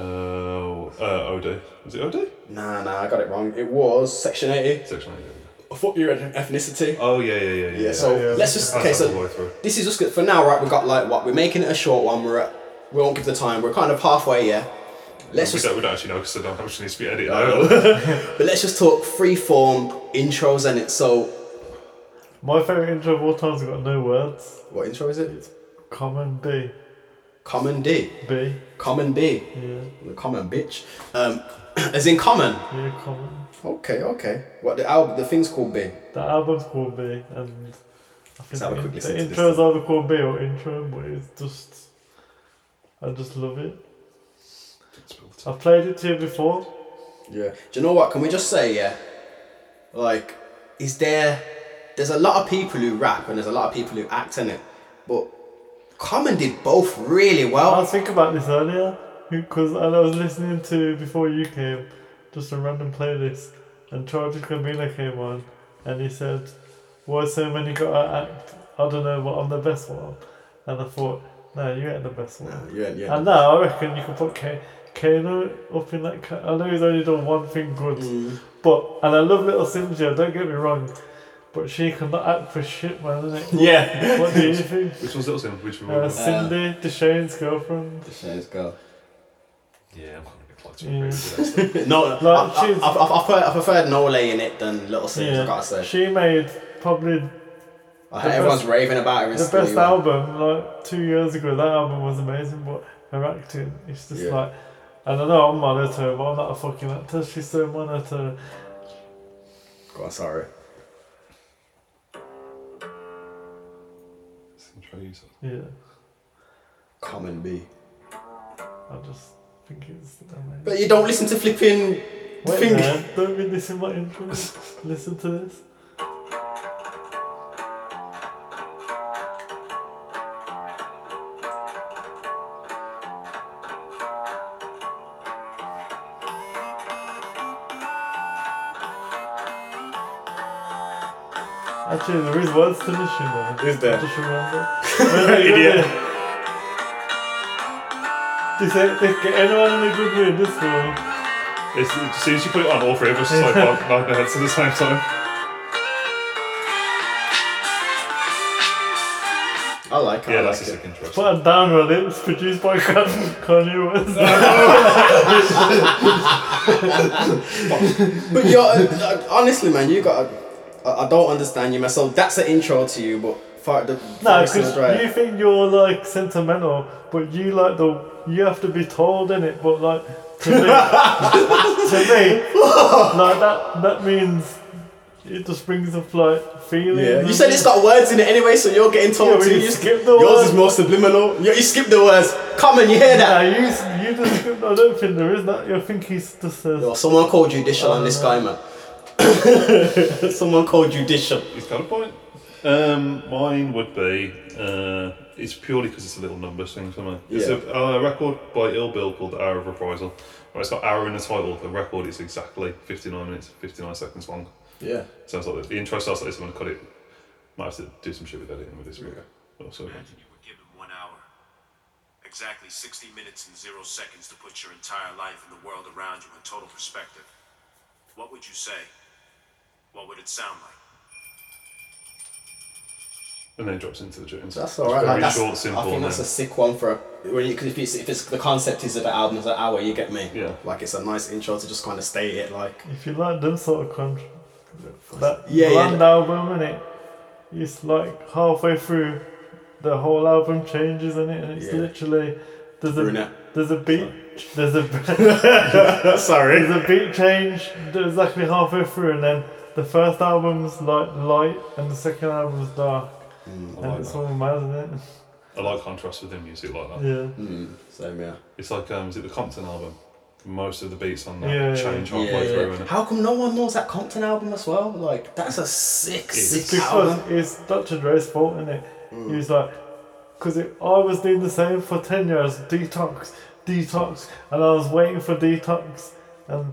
Uh, uh, Ode. Was it Ode? Nah, nah, I got it wrong. It was Section 80. Section 8. I thought you were an ethnicity. Oh, yeah, yeah, yeah. Yeah, yeah, so yeah. let's just. That's Okay, all the way so through. this is just good. For now, right, we got like what? We're making it a short one. We're at. We won't give the time. We're kind of halfway, yeah? Let's we, just. don't, we don't actually know because I don't know which needs to be edited out. but let's just talk free form intros and it. So. My favourite intro of all time has got no words. What intro is it? Common B. Common D. B. Common B. Yeah. The common bitch. Um, as in common. Yeah, common. Okay, okay. What the album, the thing's called B. The album's called B, and I think Let's have a the, quick listen the to this intro's then. either called B or intro, but it's just. I just love it. I've played it to you before. Yeah. Do you know what? Can we just say, yeah? Like, is there. There's a lot of people who rap and there's a lot of people who act in it, but Common did both really I well. was thinking about this earlier because I was listening to before you came, just a random playlist, and Charlie Camila came on, and he said, "Why so many got to act? I don't know, but I'm the best one." And I thought No, you ain't the best one. You ain't, you ain't And now I reckon you can put K- Kano up in that. Ca- I know he's only done one thing good, Mm. but and I love little Cynthia. Don't get me wrong, but she cannot act for shit, man. Isn't it? Yeah. what do you think? Which one's little Sim? Which one? Uh, Cindy, Deshane's girlfriend. Let's go. yeah, I'm not gonna be plugged Yeah. in. Yeah. No, I, Like, I, she's- I, I, I, prefer, I preferred Nole in it than Little Sims, I gotta say. she made probably I heard everyone's best- raving about her in the school, best you know. album like two years ago. That album was amazing, but her acting it's just Yeah. like I don't know. I'm monotone, but I'm not a fucking actor. She's so monotone. Go on, sorry. Yeah, Common B. I just think it's amazing. But you don't listen to flipping the Wait, thing. man, don't be this in my intro. Listen to this. Actually, there is words to this, you know. Is there? I just remember. Idiot. Does it, does get anyone in a good mood this one? It's, as soon as you put it on, all three of us just like bob- bob our heads at the same time. I like it. Yeah, I that's like a it. sick intro. Put a down on it. It's produced by Con- Kanye West. But you're, uh, honestly, man, you got. I, I don't understand you, man. So that's the intro to you, but for the no, Forest Hills because Drive- you think you're like sentimental, but you like the you have to be told in it. But like to me, to me, like that that means it just brings up like feelings. Yeah. You and- said it's got words in it anyway, so you're getting Yeah, told but to. you You skip the Yours words. is more subliminal. You, you skip the words. Come on, you hear Nah, that? you, you just I don't think there is that. I think he's just says Yo, Oh, someone called judicial on this guy, man. someone called judicial. He's got a point. Um, mine would be uh, it's purely because it's a little numbers thing for me. It's Yeah. a, uh, record by Ill Bill called The Hour of Reprisal. Right, it's got hour in the title. The record is exactly 59 minutes, 59 seconds long. Yeah. Sounds like the, the intro starts like this. I'm gonna cut it. Might have to do some shit with editing with this video. Also, Imagine you were given one hour, exactly 60 minutes and zero seconds to put your entire life and the world around you in total perspective. What would you say? What would it sound like? and then it drops into the tunes. That's alright. Very Like, that's, short, I simple. think and that's a then- sick one for a, when you, cause if, it's, if it's the concept is that the album's an hour, you get me. Yeah. Like it's a nice intro to just kind of state it. Like if you like them sort of country, that Yeah, yeah. bland album and it, it's like halfway through, the whole album changes in it, and it's Yeah. literally there's a Brunette. there's a beat there's a sorry. there's a beat change exactly halfway through, and then the first album's like light and the second album's dark, I Mm, and like, it's that. all mad, isn't I like contrast within music like that. it? Yeah. Same yeah. It's like um, is it the Compton album? Most of the beats on that Yeah, yeah, change halfway Yeah, through. yeah. innit? How come no one knows that Compton album as well? Like that's a sick, sick because album. it's Dr. Dre's fault, isn't it? Mm. He was like, because I was doing the same for 10 years detox, detox, and I was waiting for detox. And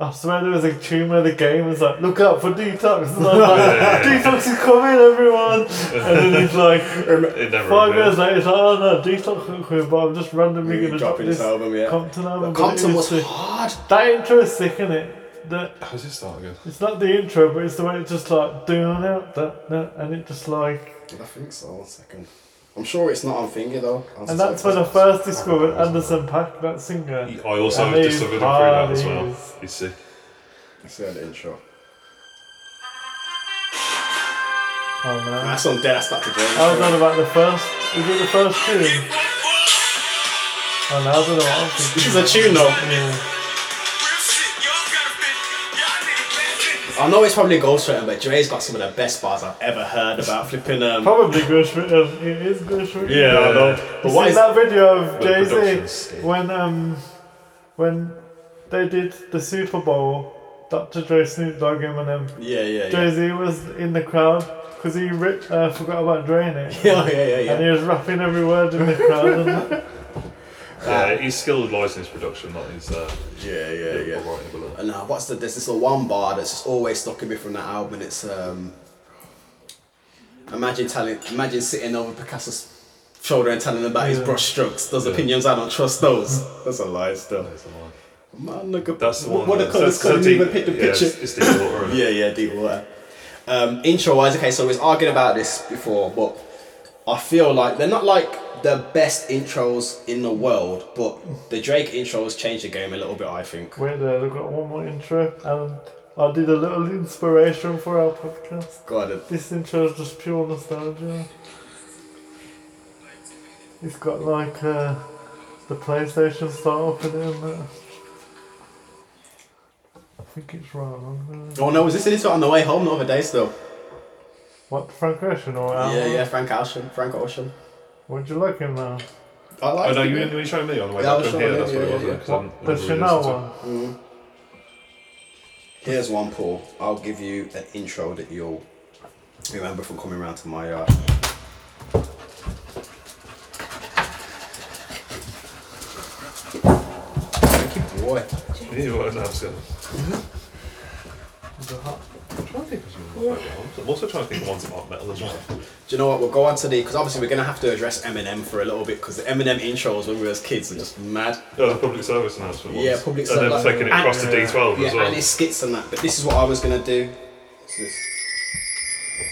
I swear there was a tumor, the game was like, look out for detox. And I was like, detox is coming, everyone. And then he's like, It never. Five appeared. years later, it's like, oh no, detox not coming, but I'm just randomly going to drop Dropping this this album, yeah. Compton album. But but it Compton is was sick. hard. That intro is sick, isn't it? That How's it start again? it's not the intro, but it's the way it's just like doing out that that, and it just like I think so. One second. I'm sure it's not on finger though. I'm and that's when I first discovered Anderson Pack, that singer. I also And these discovered him through that as well. parties. He's sick. Ah. Let's hear the intro. Oh no. That's on dead. That's not the game. I was on about the first. Is it the first tune? Oh no, I don't know what I'm This thinking. is a tune though. Yeah. I know it's probably ghostwritten, but Dre's got some of the best bars I've ever heard about flipping. Um, Probably Gershwin. It is Gershwin. I know. But You what seen is that video of The Jay production's Z sick. when um when they did the Super Bowl, Dr. Dre, Snoop Dogg, Eminem, Yeah, yeah, yeah. Jay Z was in the crowd because he ri- uh, forgot about Dre in it. yeah, yeah, yeah, And yeah. he was rapping every word in the crowd. and that. Yeah, he's skilled license production, not his uh, Yeah, yeah, lyrical yeah. writing. But, uh, And uh, what's the? There's this little one bar that's just always stuck in me from that album. It's um, imagine telling, imagine sitting over Picasso's shoulder and telling him about his brush strokes. Those opinions, I don't trust those. That's a lie still. That's the one. Man, look at That's the one. What the that- colours that's- couldn't that's even deep- pick the yeah, picture. It's, it's deep water. isn't it? Yeah, yeah, deep water. Um, intro wise, okay, so we was arguing about this before, but I feel like they're not like the best intros in the world, but the Drake intros changed the game a little bit, I think. Wait there, I've got one more intro, and I did a little inspiration for our podcast. God, it- This intro is just pure nostalgia. It's got like uh, the PlayStation style up in it. and that. I think it's right along there. oh no, was listening to it on the way home the other day still. Oh. What, Frank Ocean or Al? Yeah, yeah, Frank Ocean. Frank Ocean. Would you like him now? I like Oh no, it. you were you showing me on the way Yeah, I back was from here. showing That's you, what yeah, it was. yeah, yeah, 'cause I hadn't- The hadn't really Chanel listened to it. one. Here's one, Paul. I'll give you an intro that you'll remember from coming round to my yard. Thank you, boy. Yeah, well, no, I'm still- Is it hot? I'm trying to think of some of my favourite ones. I'm also trying to think of ones that aren't metal as well. Do you know what? We'll go on to the because obviously we're gonna have to address Eminem for a little bit because the Eminem intros when we were as kids are just mad. Yeah, the public service announcement ones. Yeah, public service, And then like- taking it across and- to D12 Yeah, as well. and his skits and that. But this is what I was gonna do. What's this?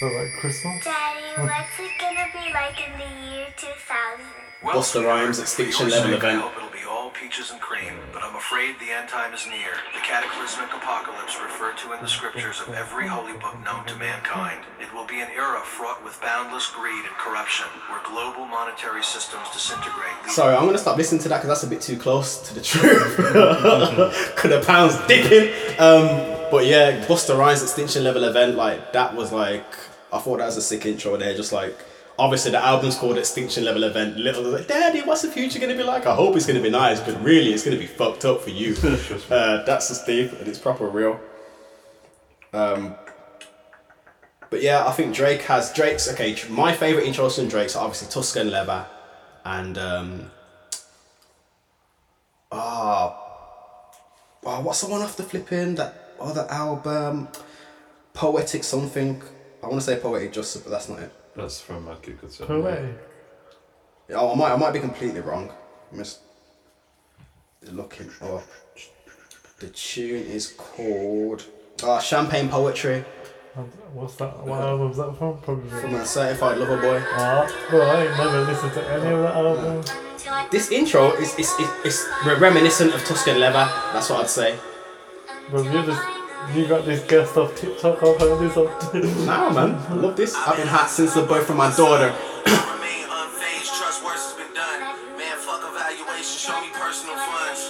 So like Christmas? Daddy, what's it gonna be like in the year 2000? Well, Busta Rhymes Extinction Level I event. hope it'll be all peaches and cream, but I'm afraid the end time is near. The cataclysmic apocalypse referred to in the scriptures of every holy book known to mankind. It will be an era fraught with boundless greed and corruption, where global monetary systems disintegrate. leaving Sorry, I'm gonna stop listening to that because that's a bit too close to the truth. Could a pound's dipping. Um, but yeah, Buster Rhymes extinction level event like that was like I thought that was a sick intro there. Just like obviously the album's called Extinction Level Event. Little was like, Daddy, what's the future gonna be like? I hope it's gonna be nice, but really it's gonna be fucked up for you. uh, that's just deep and it's proper real. Um, But yeah, I think Drake has Drake's okay. tr- My favorite intros from Drake's are obviously Tuscan Leather, and um, ah, oh, what's the one off the flipping that other album, poetic something. I want to say poetic justice, but that's not it. That's from Mad Kid Good Soul. No way. Yeah, I might I might be completely wrong. I'm just looking up. The tune is called ah Champagne Poetry And What's that? What album's that from? Probably. from a Certified Lover Boy. Ah, well, I ain't never listened to any of that album. This intro is is, is, is re- reminiscent of Tuscan Leather. That's what I'd say. Well, you just you got this guest off TikTok. I've heard this off TikTok. Nah, man, I love this. I've been hot since the birth from my daughter. Remain unfazed, trust worse has been done. Man, fuck evaluation, show me personal funds.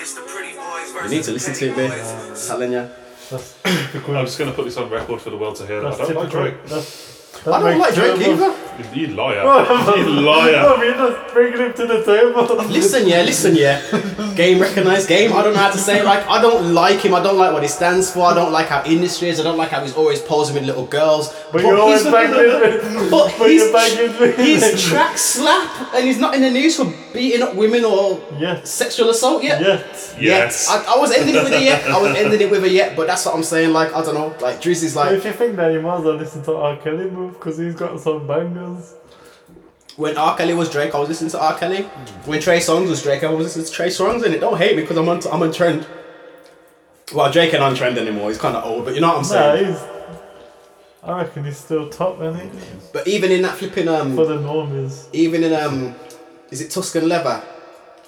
It's the pretty boys versus You need to listen to it, man. Telling ya. That's typical. I'm just going to put this on record for the world to hear. that That's I don't like typical. Drake. That's, that I don't like makes Drake terrible- either. You liar. you liar. I mean, that's bringing him to the table. Listen, yeah, listen, yeah. Game recognized game. I don't know how to say it. Like, I don't like him. I don't like what he stands for. I don't like how industry is. I don't like how he's always posing with little girls. But you're always he's- banging with- But but his, you're banging with- his track slap, and he's not in the news for beating up women or Yes. sexual assault yet. Yes. Yes. I, I was ending it with a yet. I was ending it with a yet, but that's what I'm saying. Like, I don't know. Like, Drizzy's But if like, you think that, you might as well listen to R. Kelly move because he's got some bangers. when R. Kelly was Drake, I was listening to R. Kelly. When Trey Songz was Drake, I was listening to Trey Songz, and it don't hate me because I'm on, I'm on trend. Well, Drake ain't on trend anymore. He's kind of old, but you know what I'm Nah, saying. he's. I reckon he's still top, isn't he? But even in that flipping, For um, the normies. even in um, is it Tuscan Leather?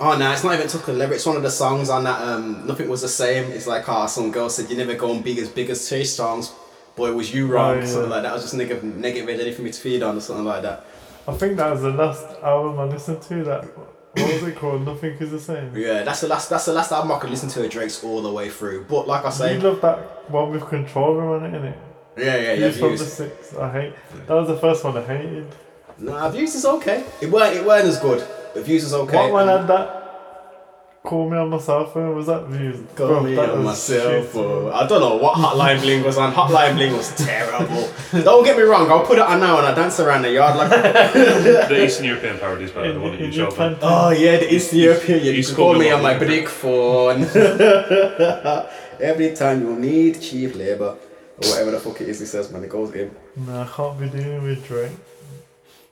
Oh no, it's not even Tuscan Leather. It's one of the songs on that um, nothing was the same. It's like ah, some girl said you never gone big as big as Trey Songz. Boy, was you wrong? Oh, yeah. Something like that. I was just negative, negative energy for me to feed on, or something like that. I think that was the last album I listened to. That what was it called? Nothing is the same. Yeah, that's the last. That's the last album I could listen to of Drake's all the way through. But like I say, You love that one with controller on it, innit? yeah, yeah, yeah. He's from the Views. six. I hate. That was the first one I hated. Nah, Views is okay. It weren't. It weren't as good. But Views is okay. What one And had that? Call me on my cell phone. Was that views? Got Bro, me that on was myself. shit. oh. I don't know what Hotline Bling was on. Hotline Bling was terrible. don't get me wrong. I'll put it on now and I dance around the yard like. the Eastern European parody is better In, than the one that in you your showed me. plan- oh yeah, the East European. You he's can call called me a on my lot. big phone. Every time you need cheap Oh. labour or whatever the fuck it is he says, man, it goes in. Nah, I can't be dealing with Drake.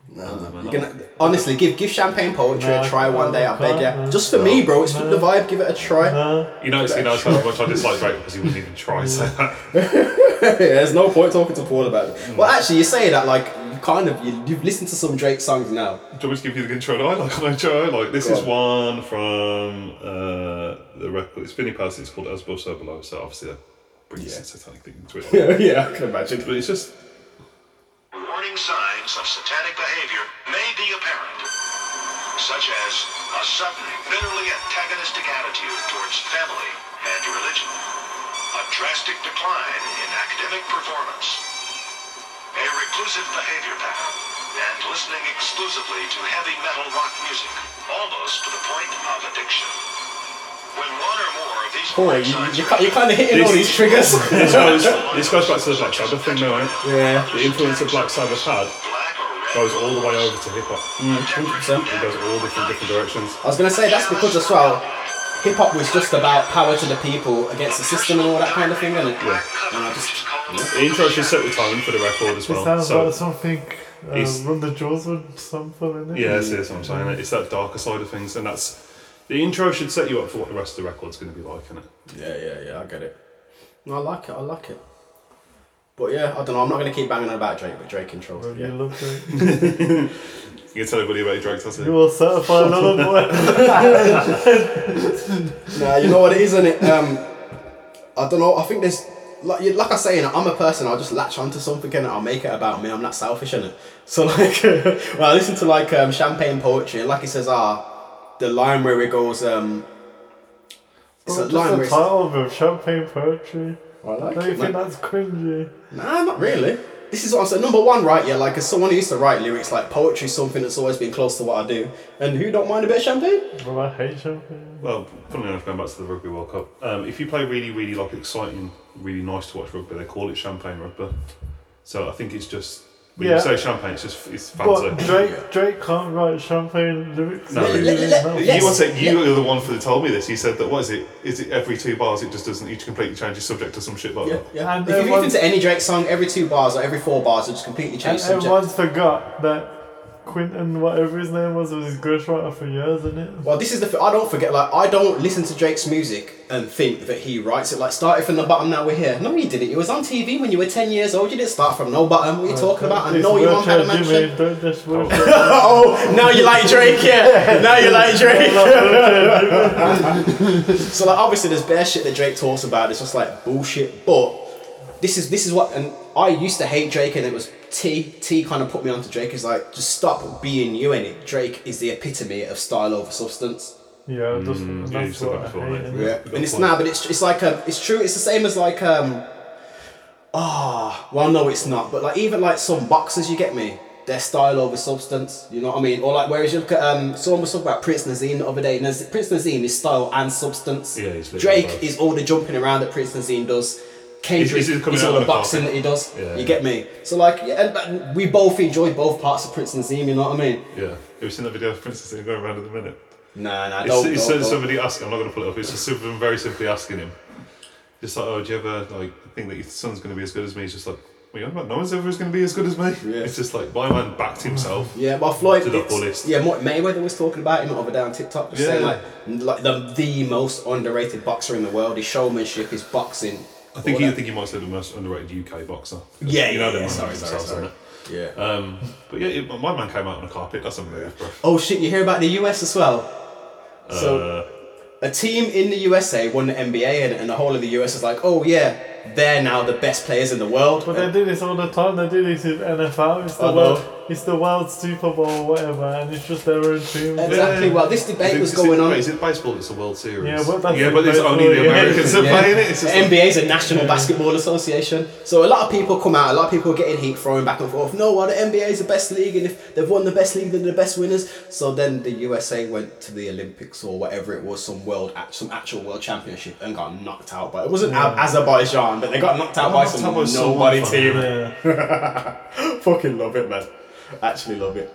No, no. You're gonna, honestly, give give champagne poetry a try one day. I beg ya. Just for me, bro. It's for the vibe. Give it a try. You know, you know how much I dislike Drake because he wouldn't even try to say that. There's no point talking to Paul about it. Well, actually, you say that like you kind of you, you've listened to some Drake songs now. Do you want me to give you the intro that I like? My intro I like. This Go is one from uh, the record. It's Vinnie Pass. It's called As Above, So Below. So obviously that brings the satanic thing into it. yeah, I can imagine. But it's just Warning signs of satanic behavior may be apparent, such as a sudden, bitterly antagonistic attitude towards family and religion, a drastic decline in academic performance, a reclusive behavior pattern, and listening exclusively to heavy metal rock music, almost to the point of addiction. When one or more of these Boy, warning you, signs you, are ki- you're kind of hitting all these triggers. this goes, this goes back to the Black Sabbath thing, though. eh? yeah, The influence of Black Sabbath had black or red, goes all the way over to hip hop. Mm. 100%. It goes all different different directions. I was gonna say that's because as well, hip hop was just about power to the people against the system and all that kind of thing. And, and I just The intro should set the tone for the record as It well. sounds so like something it's- uh, Run the Jewels would sample in it. yeah, see, that's what I'm saying. It's that darker side of things, and that's the intro should set you up for what the rest of the record's going to be like, isn't it? yeah, yeah, yeah. I get it. No, I like it. I like it. But yeah, I don't know. I'm not gonna keep banging on about Drake, but Drake controls. it, You Yeah. love it. You can tell everybody about your drag tattoo. You will certify another boy. Nah, you know what it is, isn't it? Um, I don't know. I think there's like you- like I say, you know, I'm a person. I'll just latch onto something and I'll make it about me. I'm not selfish in it. So like, when I listen to like um, champagne poetry, and like he says, ah, the line where it goes, um, it's a Oh, Just line where the it's, Oh, title of champagne poetry. I like Don't you it, man. think that's cringy? Nah, not really. This is what I'm saying. Number one, right? Yeah, like as someone who used to write lyrics, like poetry's something that's always been close to what I do. And who don't mind a bit of champagne? Well, I hate champagne. Well, funnily enough, going back to the Rugby World Cup, um, if you play really, really like exciting, really nice to watch rugby, they call it champagne rugby. So I think it's just when Yeah. you say champagne, it's just it's fancy. But Drake, Drake can't write champagne lyrics. No. He Let- let- really let- knows. let- you want to say you are the one that told me this. You said that what is it? Is it every two bars it just doesn't each completely change the subject to some shit like Yeah, that? yeah. And if you everyone- listen to any Drake song, every two bars or every four bars, it just completely And changes subject. everyone's forgot that Quentin, whatever his name was, was his ghostwriter for years, isn't it? Well, this is the. Th- I don't forget. Like, I don't listen to Drake's music and think that he writes it. Like, started from the bottom. Now we're here. No, you didn't. You was on TV when you were ten years old. You didn't start from no bottom. What are you talking about? I Oh, It's know your mum had a wheelchair mansion. Jimmy, Don't just wheelchair Oh, now you like Drake, yeah. Now you like Drake. so like, obviously, there's bare shit that Drake talks about. It's just like bullshit. But this is this is what, and I used to hate Drake, and it was T T kind of put me onto Jake. Is like, just stop being you in it. Drake is the epitome of style over substance. Yeah, just that's said that what I before, hate. mate. innit? Yeah, and it's nah, but it's it's like um, it's true. It's the same as like um, ah, well, no, it's not. But like even like some boxers, you get me. Their style over substance, you know what I mean? Or like, whereas you look at um, someone was talking about Prince Nazim the other day. Naz- Prince Nazim is style and substance. Yeah, he's literally Drake both. is all the jumping around that Prince Nazim does. Kendrick he's coming is out all on the the boxing carpet. that he does. Yeah, you yeah. get me? So like, yeah, and, and we both enjoy both parts of Prince Nazim. You know what I mean? Yeah. Have you seen that video of Princess Anne going around at the minute? Nah, nah, It's, don't. it's don't, so- don't. somebody asking. I'm not going to pull it up. It's just someone very simply asking him, just like, "Oh, do you ever like think that your son's going to be as good as me?" He's just like, "Well, you know what? No one's ever going to be as good as me." Yeah. It's just like my man backed himself. Yeah, well, Floyd. To the it's- fullest. Yeah, Mo- Mayweather was talking about him over there on TikTok, just Yeah. saying like, like the the most underrated boxer in the world. His showmanship, his boxing. I think all you that. think he might say the most underrated UK boxer. Yeah, you yeah, know yeah, them sorry, themselves, sorry, sorry. innit? Yeah. Um, but yeah, it, my man came out on a carpet. That's a move, bro. oh shit! You hear about the US as well? So Uh. a team in the USA won the NBA, and, and the whole of the US is like, oh yeah, they're now the best players in the world. But they do this all the time. They do this with NFL. It's the I know. world. It's the world Super Bowl or whatever, and it's just their own team. exactly. Well, this Is debate it- was is it- going on. wait, Is it baseball? It's a World Series. Yeah, but that's yeah, the but it's baseball, only the yeah. Americans that Yeah. playing it. It's just like- NBA is a National Basketball Association. So a lot of people come out, a lot of people are getting heat thrown back and forth. No, well, the NBA is the best league, and if they've won the best league, they're the best winners. So then the USA went to the Olympics or whatever it was, some world, act- some actual world championship, and got knocked out by. It wasn't Ab- Azerbaijan, but they got knocked out by knocked some out by someone nobody funny. team. Yeah. Fucking love it, man. Actually love it.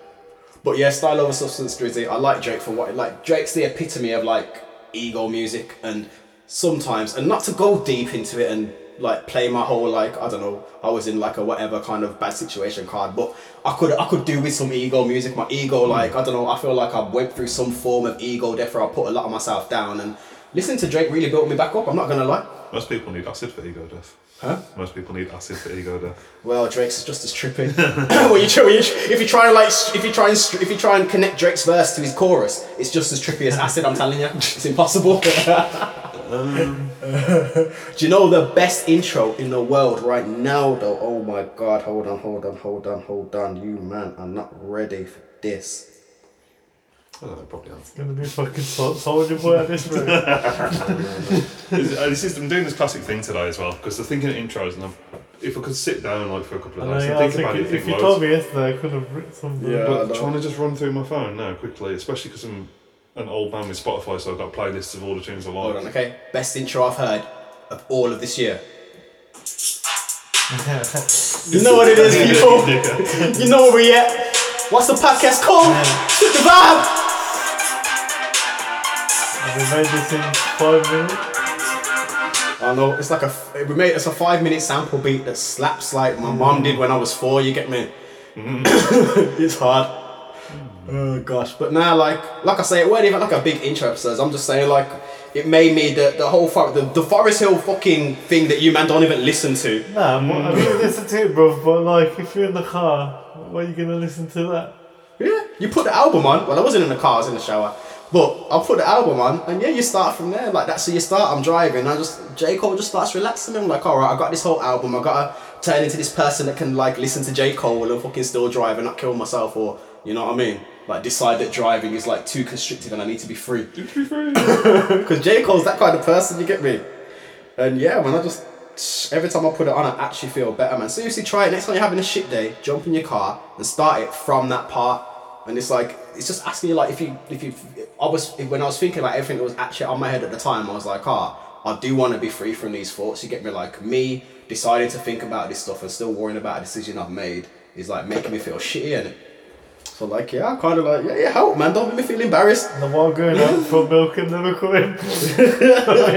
But yeah, style over substance, Drizzy. I like Drake for what like Drake's the epitome of like ego music, and sometimes, and not to go deep into it, and like play my whole like I don't know I was in like a whatever kind of bad situation card, but I could I could do with some ego music. My ego like I don't know I feel like I went through some form of ego, therefore I put a lot of myself down. And listening to Drake really built me back up. I'm not gonna lie. Most people need acid for ego death. Huh? Most people need acid for ego death. Well, Drake's just as trippy. when you, try- when you, if you try and like, st- if you try and st- if you try and connect Drake's verse to his chorus, it's just as trippy as acid. I'm telling you, it's impossible. Do you know the best intro in the world right now, though? Oh my God! Hold on, hold on, hold on, hold on. You man are not ready for this. I don't know, probably not. Gonna be fucking sol- soldier boy at this rate. Is- uh, this is, I'm doing this classic thing today as well because I'm thinking of intros and I'm, if I could sit down like for a couple of And hours I, and I think think about it, if think you loads. told me yesterday, I could have written something. Yeah. I But know. trying to just run through my phone now quickly, especially because I'm an old man with Spotify, so I've got playlists of all the tunes I Hold on, like. okay. Best intro I've heard of all of this year. you know what it is, people. you know where we at. What's the podcast called? Shoot the vibe. And we made this in five minutes. I know it's like a f- we made it's a five minute sample beat that slaps like my mom did when I was four. You get me? it's hard. Oh gosh, but now like like I say, it weren't even like a big intro episode. I'm just saying like it made me the the whole for- the, the Forest Hill fucking thing that you man don't even listen to. Nah, I'm not- I didn't listen to it, bro. But like, if you're in the car, why are you gonna listen to that? Yeah, you put the album on. Well, I wasn't in the car; I was in the shower. But I put the album on, and yeah, you start from there. Like that's where you start. I'm driving. I just J Cole just starts relaxing. I'm like, all right, I got this whole album. I gotta turn into this person that can like listen to J Cole while I'm fucking still driving, not kill myself, or you know what I mean. Like decide that driving is like too constrictive, and I need to be free. Because J Cole's that kind of person. You get me? And yeah, when I just every time I put it on, I actually feel better, man. Seriously, try it next time you're having a shit day. Jump in your car and start it from that part. And it's like it's just asking you like if you if you I was when I was thinking about everything that was actually on my head at the time, I was like, ah, I do want to be free from these thoughts. You get me? Like me deciding to think about this stuff and still worrying about a decision I've made is like making me feel shitty in it. So like yeah, I kind of like yeah, yeah, help man. Don't make me feel embarrassed. And I'm all going out for milk and Liverpool.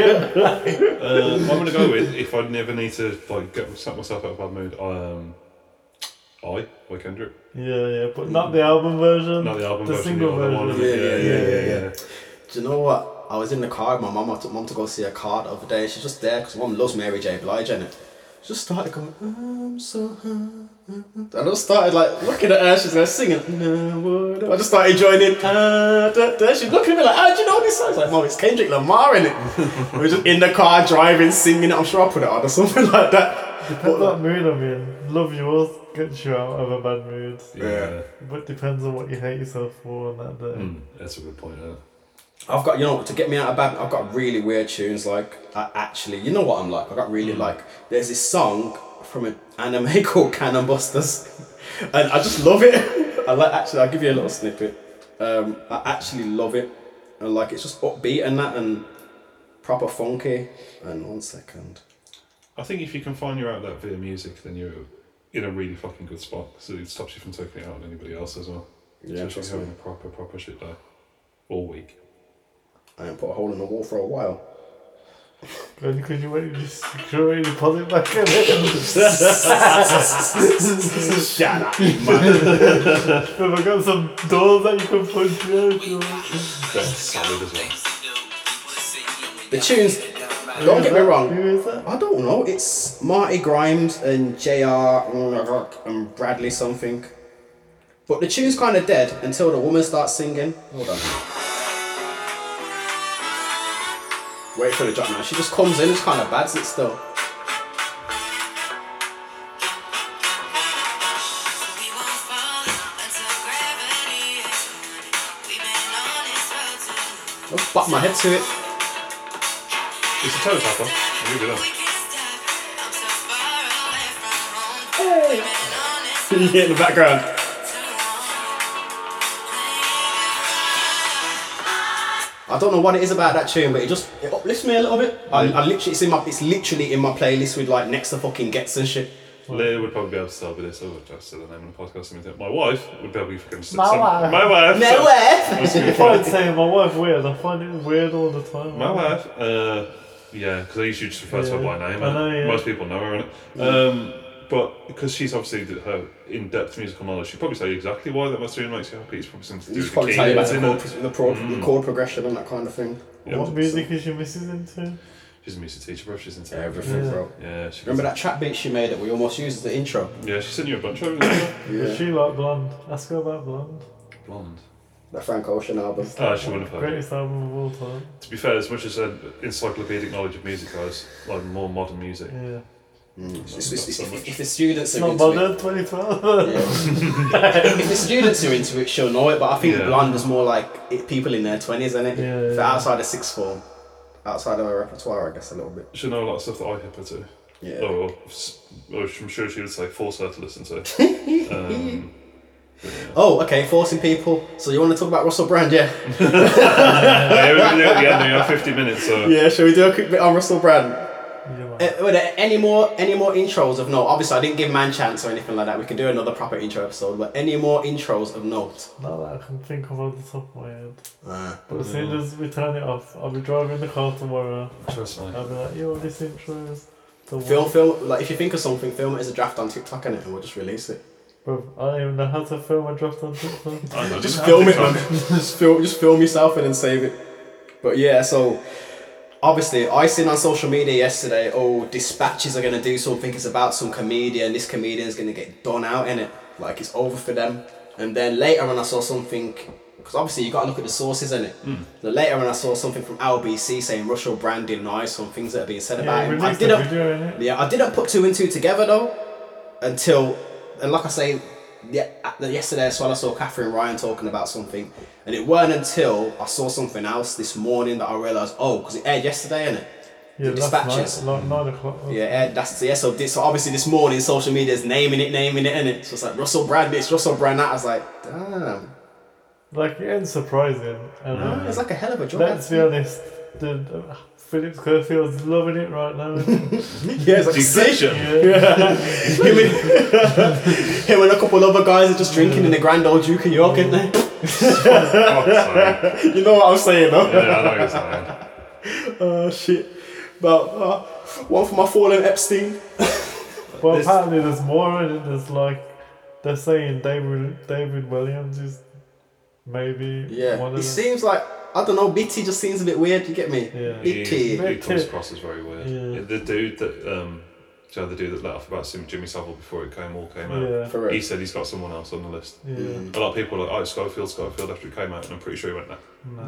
Uh, I'm gonna go with if I never need to like get set myself out of a bad mood. Um, I by Kendrick, yeah, yeah, but not the album version. not the album the version, the single other version. one. Yeah, yeah, yeah, yeah, yeah. Do you know what? I was in the car with my mum. I took mum to go see a car the other day. and She's just there because mum loves Mary J. Blige, innit? She just started going, I'm so high. And I just started like looking at her. She's like singing. "Nah, what up?" I just started joining. "Ah, da, da." She's looking at me like, how do you know this song? I was like, mum, it's Kendrick Lamar, innit? we were just in the car driving, singing it. I'm sure I put it on or something like that. Depends But, what mood I'm in. Love yours gets you out of a bad mood, Yeah, but depends on what you hate yourself for on that day. Mm, that's a good point. Yeah. I've got you know to get me out of bed. I've got really weird tunes. Like I actually, you know what I'm like. I got really like. There's this song from an anime called Cannon Busters, and I just love it. I like actually. I'll give you a little snippet. Um, I actually love it, and like it's just upbeat and that and proper funky. And one second. I think if you can find your outlet via music, then you're in a really fucking good spot because it stops you from taking it out on anybody else as well. Yeah, Especially if trust you're me. having a proper, proper shit day all week. I didn't put a hole in the wall for a while. Only because you went to secure it, you put it back in it. Shut up. If I got some doors that you can punch through. That's solid as well. The tunes. Don't get me wrong. Who is that? I don't know. It's Marty Grimes and JR and Bradley something. But the tune's kind of dead until the woman starts singing. Hold on. Wait for the drop now. She just comes in, it's kind of bad, it still. I'll bop my head to it. It's a toe tapper. I'll give it up. You hear it in the background. I don't know what it is about that tune, but it just it uplifts me a little bit. I, I literally it's in my it's literally in my playlist with like next to fucking gets and shit. Leah would probably be able to tell me this. I would have said the name of the podcast. or something. My wife would probably fucking say My some- wife. My wife. sorry. way. I find saying my wife weird. I find it weird all the time. My wife. Uh, Yeah, because I usually just refer to her Yeah. by name. I know, and yeah. Most people know her, innit? Um, but because she's obviously did her in-depth musical knowledge, she'd probably tell you exactly why that must makes you happy. It's probably something to do You with should the probably tell you about keyboards, the isn't chord, it? the, chord, the chord progression and that kind of thing. Yeah. What music is your missus into? She's a music teacher, bro. She's into Everything, Yeah. bro. Yeah, she Remember that trap beat she made that we almost used as the intro? Yeah, she sent you a bunch of them. Does she like blonde? Ask her about blonde. Blonde. That Frank Ocean album. Ah, she wouldn't have heard. Greatest album of all time. To be fair, as much as an encyclopedic knowledge of music, I was like more modern music. Yeah. It's- it's- it's- if, if the students are Not into it, modern, 2012. if the students are into it, she'll know it. But I think Yeah. Blonde was more like it, people in their twenties, and it Yeah, For yeah. outside of sixth form, outside of her repertoire, I guess a little bit. She know a lot of stuff that I hip her to. Oh, Yeah. Or, or oh, I'm sure she would say force her to listen to. Um, Oh, okay, forcing people. So you want to talk about Russell Brand? Yeah. yeah, we're nearly at the end. We have 50 minutes, so Yeah. Shall we do a quick bit on Russell Brand? Yeah, man. Uh, were there any more any more intros of note? Obviously, I didn't give man chance or anything like that. We can do another proper intro episode. But any more intros of note? Not that I can think of off the top of my head. But as soon as we turn it off, I'll be driving the car tomorrow. trust me. I'll be like, yo, this intro is the Film, one. film. Like if you think of something, film it as a draft on TikTok and it, and we'll just release it. Bro, I don't even know how to film a draft on TikTok. I know, Just I film it, think man. so. just film, just film yourself and then save it. But yeah, so obviously, I seen on social media yesterday. Oh, dispatches are gonna do something. It's about some comedian. This comedian's gonna get done out in it. Like it's over for them. And then later on, I saw something. Because obviously you gotta look at the sources in it. Hmm. So later on, I saw something from LBC saying Russell Brand denies some things that have been said Yeah, about he him. I released a didn't. video in it. Yeah, I didn't put two and two together though, until, and like I say, yeah, at the- yesterday as well, I saw Catherine Ryan talking about something, and it weren't until I saw something else this morning that I realised, oh, because it aired yesterday, innit? Yeah, The last dispatches. night, like 9 o'clock. Yeah, it aired, that's yeah. So, this, so obviously this morning, social media's naming it, naming it, innit? So it's like Russell Brand this, Russell Brand that. I was like, damn, Like, it ain't surprising. And, uh, it's like a hell of a job. Let's be honest, the, the, Philip Kerfield's loving it right now. isn't he? yeah, it's like sick. Depletion. Him and, him and a couple other guys are just drinking in the Grand Old Duke of York, ain't they? Oh, sorry. You know what I'm saying, though. Yeah, I know what you're saying. Oh shit. But uh, one for my fallen Epstein. Well, This- apparently there's more in it. There's like they're saying David David Williams is maybe one He of them. seems like I don't know. Bitty just seems a bit weird. You get me? Yeah. He, Bitty. he comes across as very weird. Yeah. The dude that, um, do you know the dude that let off about Sim- Jimmy Savile before it came all came out? yeah, For real. He said he's got someone else on the list. yeah. Mm. A lot of people are like, oh, Schofield, Schofield, after it came out, and I'm pretty sure he went, no,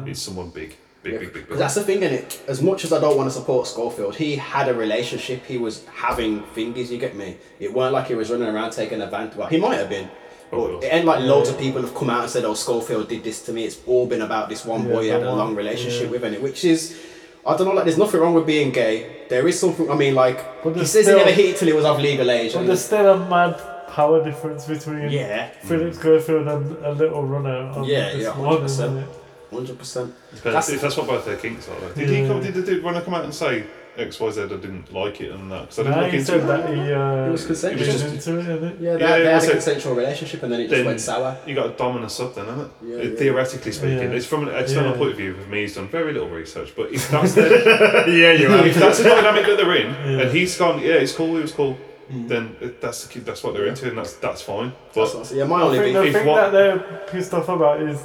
it's someone big. Big, big, big, big. That's the thing, and it. As much as I don't want to support Schofield, he had a relationship. He was having fingers. You get me? It weren't like he was running around taking advantage. Well, he might have been. Probably But it ain't like loads of people have come out and said, "Oh, Schofield did this to me." It's all been about this one Yeah, boy he had the a one- long relationship yeah. with, and it, which is, I don't know. Like, there's nothing wrong with being gay. There is something. I mean, like But he there's says still- he never hit it till he was of legal age. But and there's still a mad power difference between Yeah. Philip Schofield and a little runner. On Yeah, this yeah, one, 100%. isn't it? Hundred percent. That's, if that's what both their kinks are. Like. Did he Yeah. come? Did the dude when I come out and say X Y Z I didn't like it and that? Because I didn't No, look he into it. said that he uh, was consensual. It was just- into it, innit? Yeah, they, Yeah, they it had was a like- consensual relationship and then it just Then went sour. You got a dom and a sub, then, haven't it? Yeah, Uh, yeah. Theoretically speaking, Yeah. it's from an external Yeah. point of view. For me, he's done very little research. But if that's the, Yeah, you if that's the dynamic that they're in, and he's gone, yeah, Mm. it's cool, it was cool. Then it- that's the kid. That's what they're into, and that's that's fine. But yeah, my only I think beef. the if thing what- that they're pissed off about is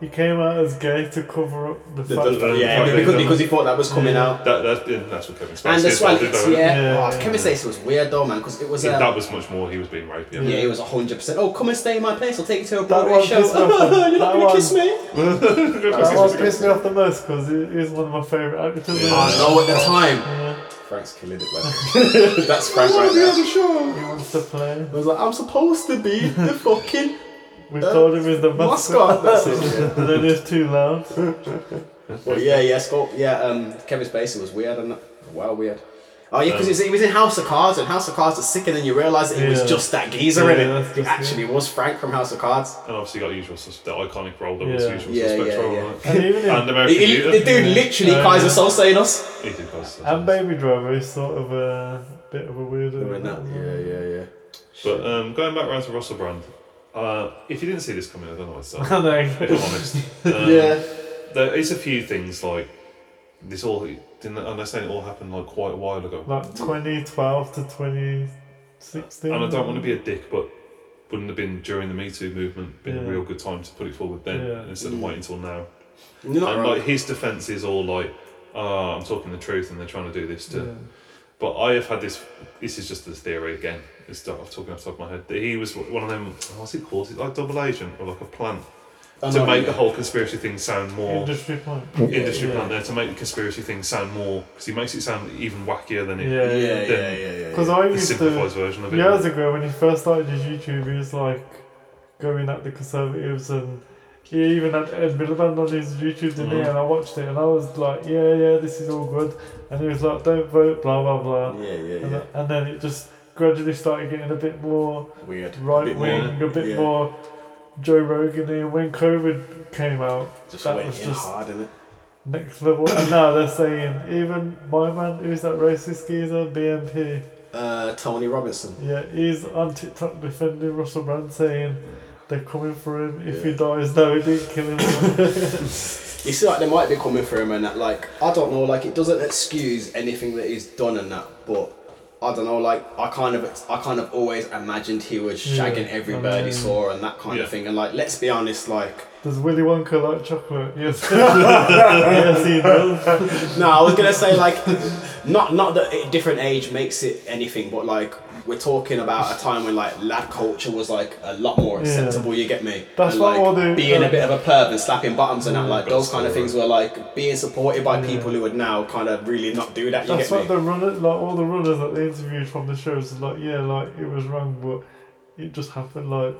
he came out as gay to cover up the, fact the- that yeah, the- because, because he thought that was coming out. that, that yeah, that's what Kevin Spacey And is. as well, did, it's, though, isn't it? yeah. Yeah. Oh, Kevin Spacey was weird though, man, because it was. That Um, was much more. He was being raped. yeah, it was hundred percent. Oh, come and stay in my place. I'll take you to a one Broadway show. pissed me off, You're man. That not gonna one- kiss me. That one pissed me off the most because he he was one of my favourite actors. Yeah. No, at the time. Frank's killing it, man. That's Frank right there. He wants to play. I was like, I'm supposed to be the fucking We told him he's the mascot. Uh, mascot. That's it. yeah. but then it's too loud. But yeah, yeah, Scorp- yeah. Um, Kevin Spacey was weird and well weird. Oh yeah, because he was- he was in House of Cards, and House of Cards is sick, and then you realise that it was Yeah. just that geezer Yeah, in that's it. It just actually was Frank from House of Cards. And obviously, you got the usual sus- the iconic role that was Yeah. usual Yeah, suspects yeah, role, yeah. right? And even And in, American He- he- Beauty. the dude literally Yeah. cries us all saying us. He did cause and Baby Driver is sort of a bit of a weirdo. in that one. yeah. But um, going back round to Russell Brand, uh, if you didn't see this coming, I don't know what's I done. know. If I'm honest, Yeah, there is a few things like This all didn't and they say it all happened like quite a while ago. Like 2012 to 2016. And I don't want to be a dick, but wouldn't have been during the Me Too movement been Yeah. a real good time to put it forward then Yeah. instead of waiting until now. You're not And wrong. like his defense is all like, "Ah, I'm talking the truth, and they're trying to do this to." But I have had this. This is just the theory again. It's I'm talking off the top of my head. That he was one of them. oh, What's it called? Is it like double agent or like a plant I to know, make yeah. the whole conspiracy thing sound more Industry point. industry yeah. plant there to make the conspiracy thing sound more because he makes it sound even wackier than it. Yeah, yeah, yeah, yeah, Then- yeah, yeah. Because I The used simplified to. version of it. Years ago, when he first started his YouTube, he was like going at the conservatives and. He even had Ed Miliband on his YouTube, didn't Mm-hmm. he? And I watched it and I was like, yeah, yeah, this is all good. And he was like, don't vote, blah, blah, blah. Yeah, yeah, And, yeah. th- and then it just gradually started getting a bit more Weird. right Bit more- wing, a bit yeah. more Joe Rogan. And when COVID came out, Just that went was in just hard, innit? next level. and now they're saying, even my man, who's that racist geezer, BMP, Uh, Tony Robinson. yeah, he's on TikTok defending Russell Brand, saying they're coming for him. If he dies, no, he didn't kill him. You see, like they might be coming for him, and that, like I don't know, like it doesn't excuse anything that he's done and that, but I don't know, like I kind of, I kind of always imagined he was shagging every I bird he mean- saw and that kind Yeah. of thing, and like let's be honest, like Does Willy Wonka like chocolate? Yes. yes, he does. no, I was gonna say like, not not that a different age makes it anything, but like we're talking about a time when like lad culture was like a lot more acceptable. You get me? That's and, what like all the- being uh, a bit of a perv and slapping bottoms and that, Mm. like those kind of things were like being supported by people who would now kind of really not do that. You That's get what me? the runner, like all the runners that they interviewed from the shows, is like yeah, like it was wrong, but it just happened. Like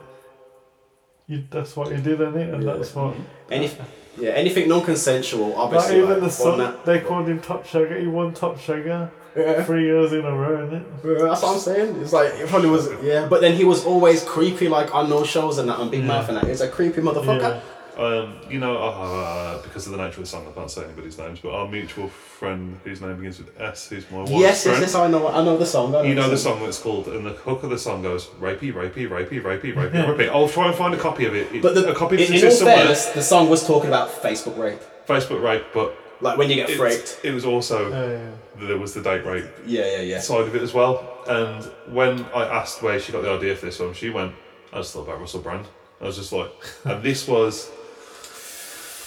you, that's what he did, and it, and that's what. Any, yeah, anything non-consensual, Like obviously. even Mm-hmm. like, the on son, that- they called him Top Sugar. He won Top Sugar Yeah. three years in a row, innit? Yeah, That's what I'm saying. It's like it probably was. Yeah, but then he was always creepy, like on those shows and that, on Big Mouth and that. He's a creepy motherfucker. Um, you know, uh, because of the nature of the song, I can't say anybody's names, but our mutual friend, whose name begins with S, who's my wife's Yes, yes, friend. yes. I know. I know the song. I You know the song. song that's called, and the hook of the song goes rapey, rapey, rapey, rapey, rapey, rapey. I'll try and find a copy of it. it But the, a copy in, in all exists somewhere. fairness, the song was talking about Facebook rape, Facebook rape, but like when you get it, raped. Oh, it was also Yeah, there was the date rape Yeah, yeah, yeah. side of it as well. And when I asked where she got the idea for this one, she went, "I just thought about Russell Brand." I was just like, and this was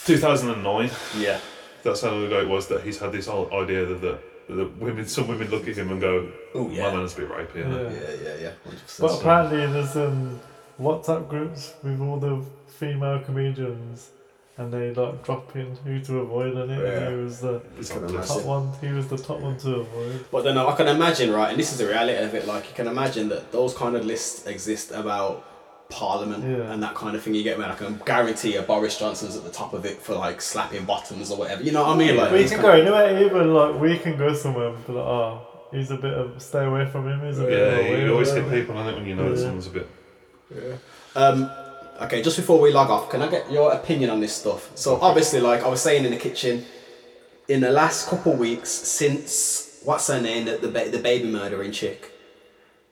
2009. yeah. that's how long ago it was that he's had this whole idea that the, that the women, some women look at him and go, "Oh, Ooh, "My yeah. man's a bit rapey." yeah. Yeah. yeah. Yeah, yeah, yeah. 100%. But apparently, there's um, WhatsApp groups with all the female comedians, and they like drop in who to avoid, innit? Yeah. And he was the It's Can not imagine. just- top one. He was the top one to avoid. But then I can imagine, right, and this is the reality of it, like you can imagine that those kind of lists exist about parliament Yeah. and that kind of thing you get me. I can guarantee you Boris Johnson's at the top of it for like slapping bottoms or whatever. You know what I mean? Like We these can kind go anywhere, even like we can go somewhere and be like, oh, he's a bit of stay away from him. He's a bit of Yeah, a you always weirdo." hit people on it when you know that someone's a bit. Um, okay, just before we log off, can I get your opinion on this stuff? So obviously, like I was saying in the kitchen, in the last couple weeks since what's her name, the the, ba- the baby murdering chick.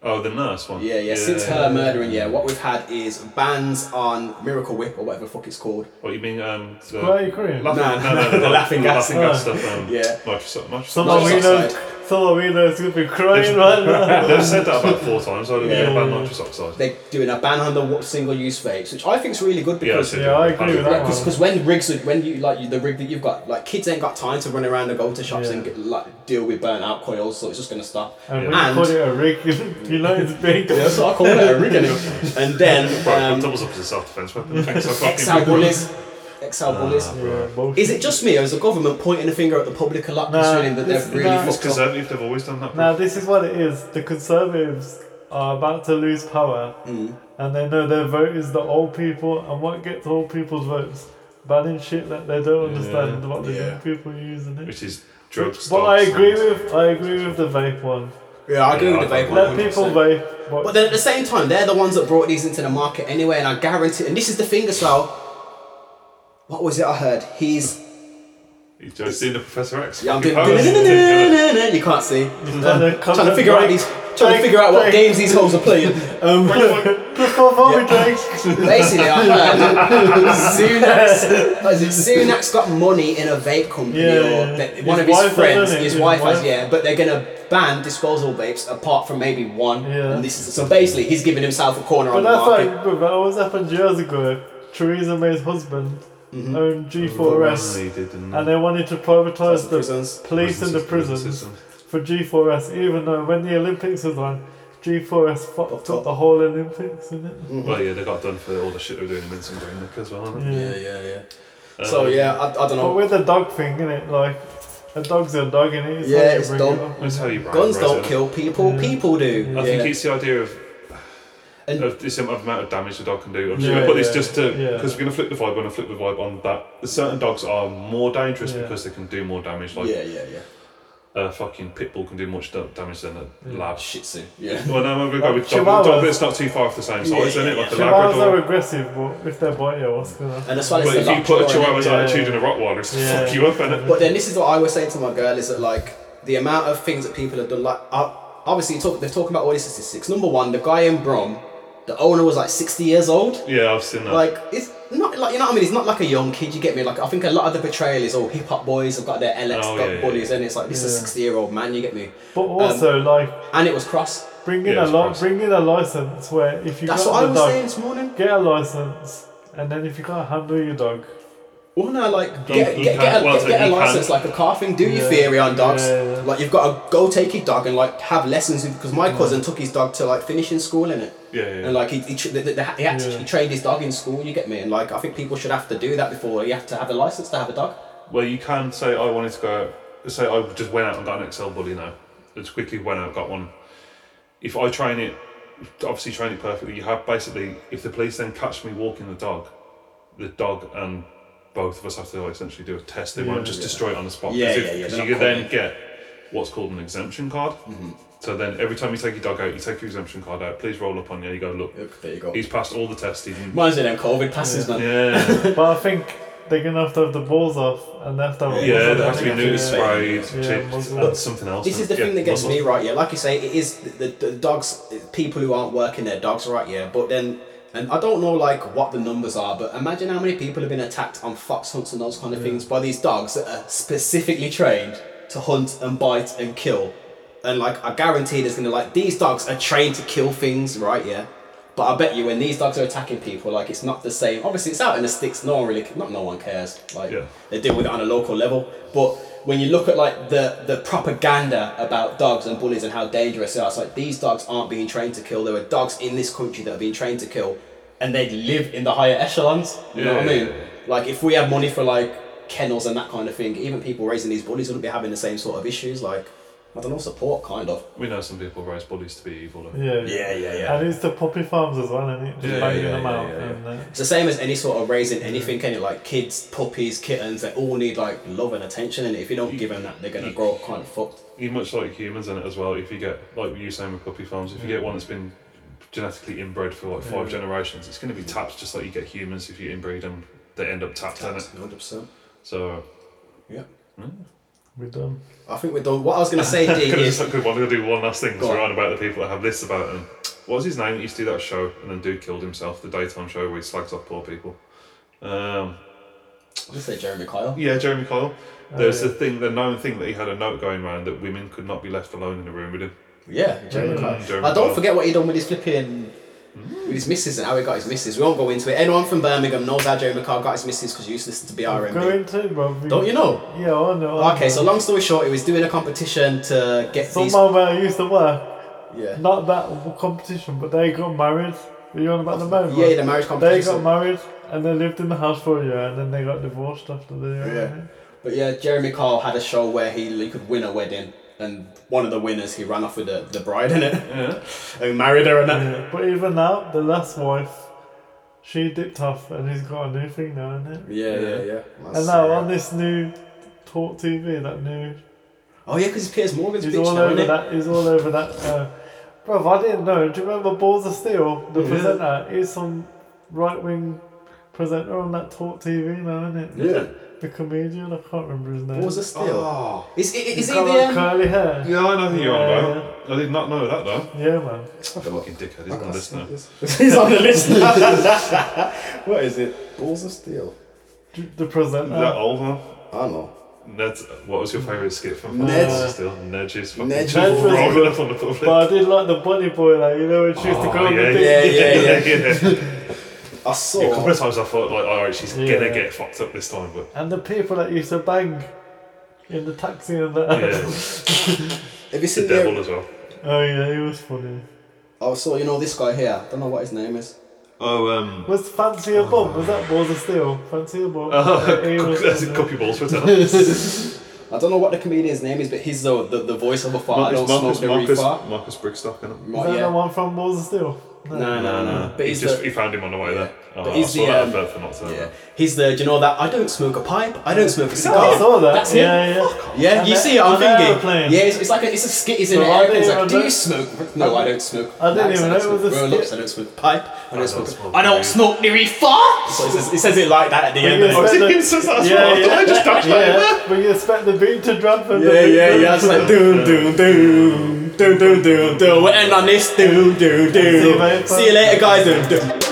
Oh, the nurse one. Yeah, yeah. Since her murdering, yeah, what we've had is bans on Miracle Whip or whatever the fuck it's called. What you mean? Um, the Quite Korean. Laughing, No, no, no, the laughing gas. laughing gas stuff. Um, Yeah. Microsoft, Microsoft. Someone we Microsoft know, side. someone we know is gonna be crying right now. They've said that about four times. I don't Yeah. know about nitrous oxide. They're doing a ban on the single-use vapes, which I think is really good Yeah, because said Yeah, I that. agree with that Because when rigs, are- when you like you, the rig that you've got, like kids ain't got time to run around and go to shops Yeah. and get, like deal with burnt out coils, so it's just gonna stop. And we call it a rig. You know it's big. Yeah, that's what I call it, a rig. innit? and Right, then um, doubles up as a self-defense weapon. Thanks for XL fucking. bullies, Ah, XL bullies. Yeah, bullshit. Is it just me, or is the government pointing a finger at the public a lot, Nah, considering that this- they've really nah. fucked up? Conservative, they've always done that. Now this is what it is. The Conservatives are about to lose power, Mm. and they know their vote is the old people. And what gets old people's votes? Banning shit that they don't understand what the Yeah. young people are using it. which is drugs. But I agree with I agree with the vape one. Yeah, I agree with the Yeah, I vape. agree. Let people 100%. vape. But But then at the same time, they're the ones that brought these into the market anyway, and I guarantee. And this is the thing as well. What was it I heard? He's You've just seen the Professor X. yeah, I'm fucking doing powers. you can't see. then they trying to figure out these trying to figure out what games these hoes are playing. Um, Before Bobby Drake's Basically, I heard Zunak's, Zunak's got money in a vape company, Yeah, or yeah. that one His of his wife, friends, isn't it? his His wife has, wife. yeah, but they're gonna ban disposable vapes apart from maybe one. Yeah. And this is, so basically, he's giving himself a corner But on the that's market. like, but that always happened years ago. Theresa May's husband Mm-hmm. owned G4S They did, didn't and they? they wanted to privatise the prisons. police and the Prison prisons system. for G4S, even though when the Olympics was on, G4S fucked up the whole Olympics, didn't it? Mm. Well, yeah, they got done for all the shit they were doing in Minson Green Nick as well. aren't they? yeah, yeah, yeah. Uh, so yeah, I, I don't But know. with the dog thing, innit? Like, a dog's a dog, innit? It's Yeah, hard to it's bring dumb. it up. That's how you brand Guns it, don't isn't it? kill people, people do. I Yeah. think it's the idea of. And- of the amount of damage the dog can do. I'm just Yeah, going to put this yeah, just to yeah. because we're going to flip the vibe. We're going to flip the vibe on that. Certain dogs are more dangerous Yeah. because they can do more damage. Like Yeah, yeah, yeah. a fucking pit bull can do much da- damage than a lab. Shih Tzu. Yeah. Well, no, we've got Like with dog, dog, chihuahuas. but it's not too far off the same size, isn't it? Like a Chihuahuas are Labrador. aggressive, but if they bite you, what's gonna happen? And that's why But it's if the you put a Labrador, innit? chihuahua's yeah. attitude in a rottweiler, it's Yeah. gonna fuck you up, innit? But But then this is what I was saying to my girl is that like the amount of things that people have done like uh, obviously you talk, they're talking about all these statistics. Number one, the guy in Brom, the owner was like sixty years old. Yeah, I've seen that. Like it's not like you know what I mean. It's not like a young kid. You get me? Like I think a lot of the betrayal is all hip hop boys have got their LX Oh, got yeah, yeah, bullies, and it's like this is a Yeah. sixty year old man. You get me? But also, like, And it was cross. bringing Yeah, a it's li- cross. bringing a license where if you That's got what I the was dog, saying this morning. get a license, and then if you can't handle your dog, Well, no, like get, you get, can't- get a, well, get, so get a you can't- license, like a car thing. Do your Yeah. theory on dogs. Yeah, yeah. Like you've got to go take your dog and like have lessons because my cousin took his dog to like finish in school in it. Mm. Yeah, yeah. And like he, he, tr- the, the, the, he, had to, Yeah. he trained his dog in school. You get me? And like I think people should have to do that before you have to have a license to have a dog. Well, you can say I wanted to go. Say I just went out and got an XL bully now. Just quickly went out, got one. If I train it, obviously train it perfectly. You have basically, if the police then catch me walking the dog, the dog and both of us have to essentially do a test. They won't just destroy it on the spot. 'Cause Yeah, if- yeah, yeah, 'cause they're You not Mm-hmm. can then caught. get what's called an exemption card. So then every time you take your dog out, you take your exemption card out. Please roll up on you. You go look. Look, there you go. He's passed all the tests. He didn't. Reminds me of them COVID passes, man. Yeah. but I think they're gonna have to have the balls off, and they have to have Yeah, muzzle there on has to be it. new sprayed, Yeah, chips, muzzle. and something else. This is the Yeah, thing that gets muzzle. me right, yeah. Like you say, it is the, the, the dogs, people who aren't working their dogs, right, yeah. But then, and I don't know like what the numbers are, but imagine how many people have been attacked on fox hunts and those kind of things by these dogs that are specifically trained to hunt and bite and kill. And like, I guarantee there's gonna like, these dogs are trained to kill things, right, yeah. But I bet you when these dogs are attacking people, like it's not the same. Obviously, it's out in the sticks. No one really, not no one cares. Like Yeah. they deal with it on a local level. But when you look at like the the propaganda about dogs and bullies and how dangerous they are, it's like these dogs aren't being trained to kill. There are dogs in this country that are being trained to kill, and they live in the higher echelons. You know Yeah, what I yeah, mean? yeah. Like if we had money for like kennels and that kind of thing, even people raising these bullies wouldn't be having the same sort of issues. Like I don't know, support kind of. We know some people raise bullies to be evil. don't we? Yeah, yeah, And it's the puppy farms as well, isn't it? Just Yeah, banging yeah, them yeah, out. yeah, yeah. And, uh, It's the same as any sort of raising anything, can it? Like kids, puppies, kittens, they all need like love and attention, and if you don't give them that, they're gonna grow up kind of fucked. You much like humans in it as well. If you get like you were saying with puppy farms, if you get one that's been genetically inbred for like five generations, it's going to be tapped just like you get humans. If you inbreed them, they end up tapped, in it. Hundred percent. So Yeah. we're done. I think we're done. What I was gonna say, D, could I is just could want to do one last thing because Go we're on. on about the people that have lists about them. What was his name? that used to do that show and then dude killed himself. The daytime show where he slags off poor people. Um, I was gonna say Jeremy Kyle. Yeah, Jeremy Kyle. There's the thing, the known thing that he had a note going around that women could not be left alone in the room with him. Yeah, Jeremy Kyle. Jeremy I don't Kyle. forget what he done with his flipping with his missus and how he got his missus. We won't go into it. Anyone from Birmingham knows how Jeremy Kyle got his missus because you used to listen to Go BRMB. into it, bruv. Don't you know? Yeah, I know. I Okay, know. so long story short, he was doing a competition to get these. someone where I used to work, Yeah. not that competition, but they got married. Are you on about the moment? Yeah, the marriage They competition. got married and they lived in the house for a year and then they got divorced after the year. Yeah. But yeah, Jeremy Kyle had a show where he, he could win a wedding, and one of the winners he ran off with the, the bride in it, and married her and that. Yeah, But even now, the last wife, she dipped off and he's got a new thing now, isn't it? Yeah, yeah, yeah. And now on this new Talk TV, that new, oh yeah, because Piers Morgan's he's bitch all now, over isn't that. He's all over that. Uh, bro, I didn't know. Do you remember Balls of Steel? The presenter is some right wing presenter on that Talk TV now, isn't it? Yeah. The comedian, I can't remember his name. Oh. Balls of Steel. Is, is, is he Got like the um, curly hair. Yeah, I know who you're on about. I did not know that though. Yeah, man. Fucking dickhead, he's not listening. He's on the list. what is it? Balls of Steel. D- The presenter. Is that old now? I don't know. Ned, what was your favourite skit from Ned. Ned Still? Ned is fucking Ned just was- rolling up on the public. But I did like the bunny boy, like, you know, when she used to go Oh, on the yeah, thing. yeah, yeah, yeah. yeah. I A couple saw. of times I thought, like, alright, she's Yeah. gonna get fucked up this time, but. And the people that used to bang in the taxi and that. Yeah, Have you the seen the? devil as well. Oh, yeah, he was funny. I saw you know this guy here. I don't know what his name is. Oh, um. Was Fancy a Bomb? Was that Balls of Steel? Fancy a Bomb? Oh, Yeah, he was That's on it, there. copy balls for tennis. I don't know what the comedian's name is, but he's the the, the voice of a fart. I don't Marcus, smoke the Marcus, reefer. Marcus Brigstock, innit? Is Right, that the yeah. one from Balls of Steel? No, no, no. But He he's just the, he found him on the way there. Oh, But I he's saw the, that um, advert for not saying yeah. that. He's the. Do you know that I don't smoke a pipe. I don't smoke a Oh, I cigar. saw that. That's him. yeah, yeah. Yeah, And you the- see it. I'm on the thinking. aeroplane. Yeah, it's, it's like a, it's a skit. It's an So I airplane. It's didn't like, do even you know- smoke? No, I don't smoke. I didn't even I know don't it smoke was a roll-ups, skit. I don't smoke pipe. I don't smoke. smoke I don't weed. smoke the reefer. So it says, it says it like that at the end. you of Oh, is it. expect it the- him says that as Yeah, well? yeah. Did I just dodge that? Yeah, but you expect the beat to drop and the Yeah, beat yeah, doesn't. yeah. It's like doom, doom, doom, doom, doom, doom, doom. We're ending on this. Doom, doom, See you doom. later. See you later, guys. Doom, doom.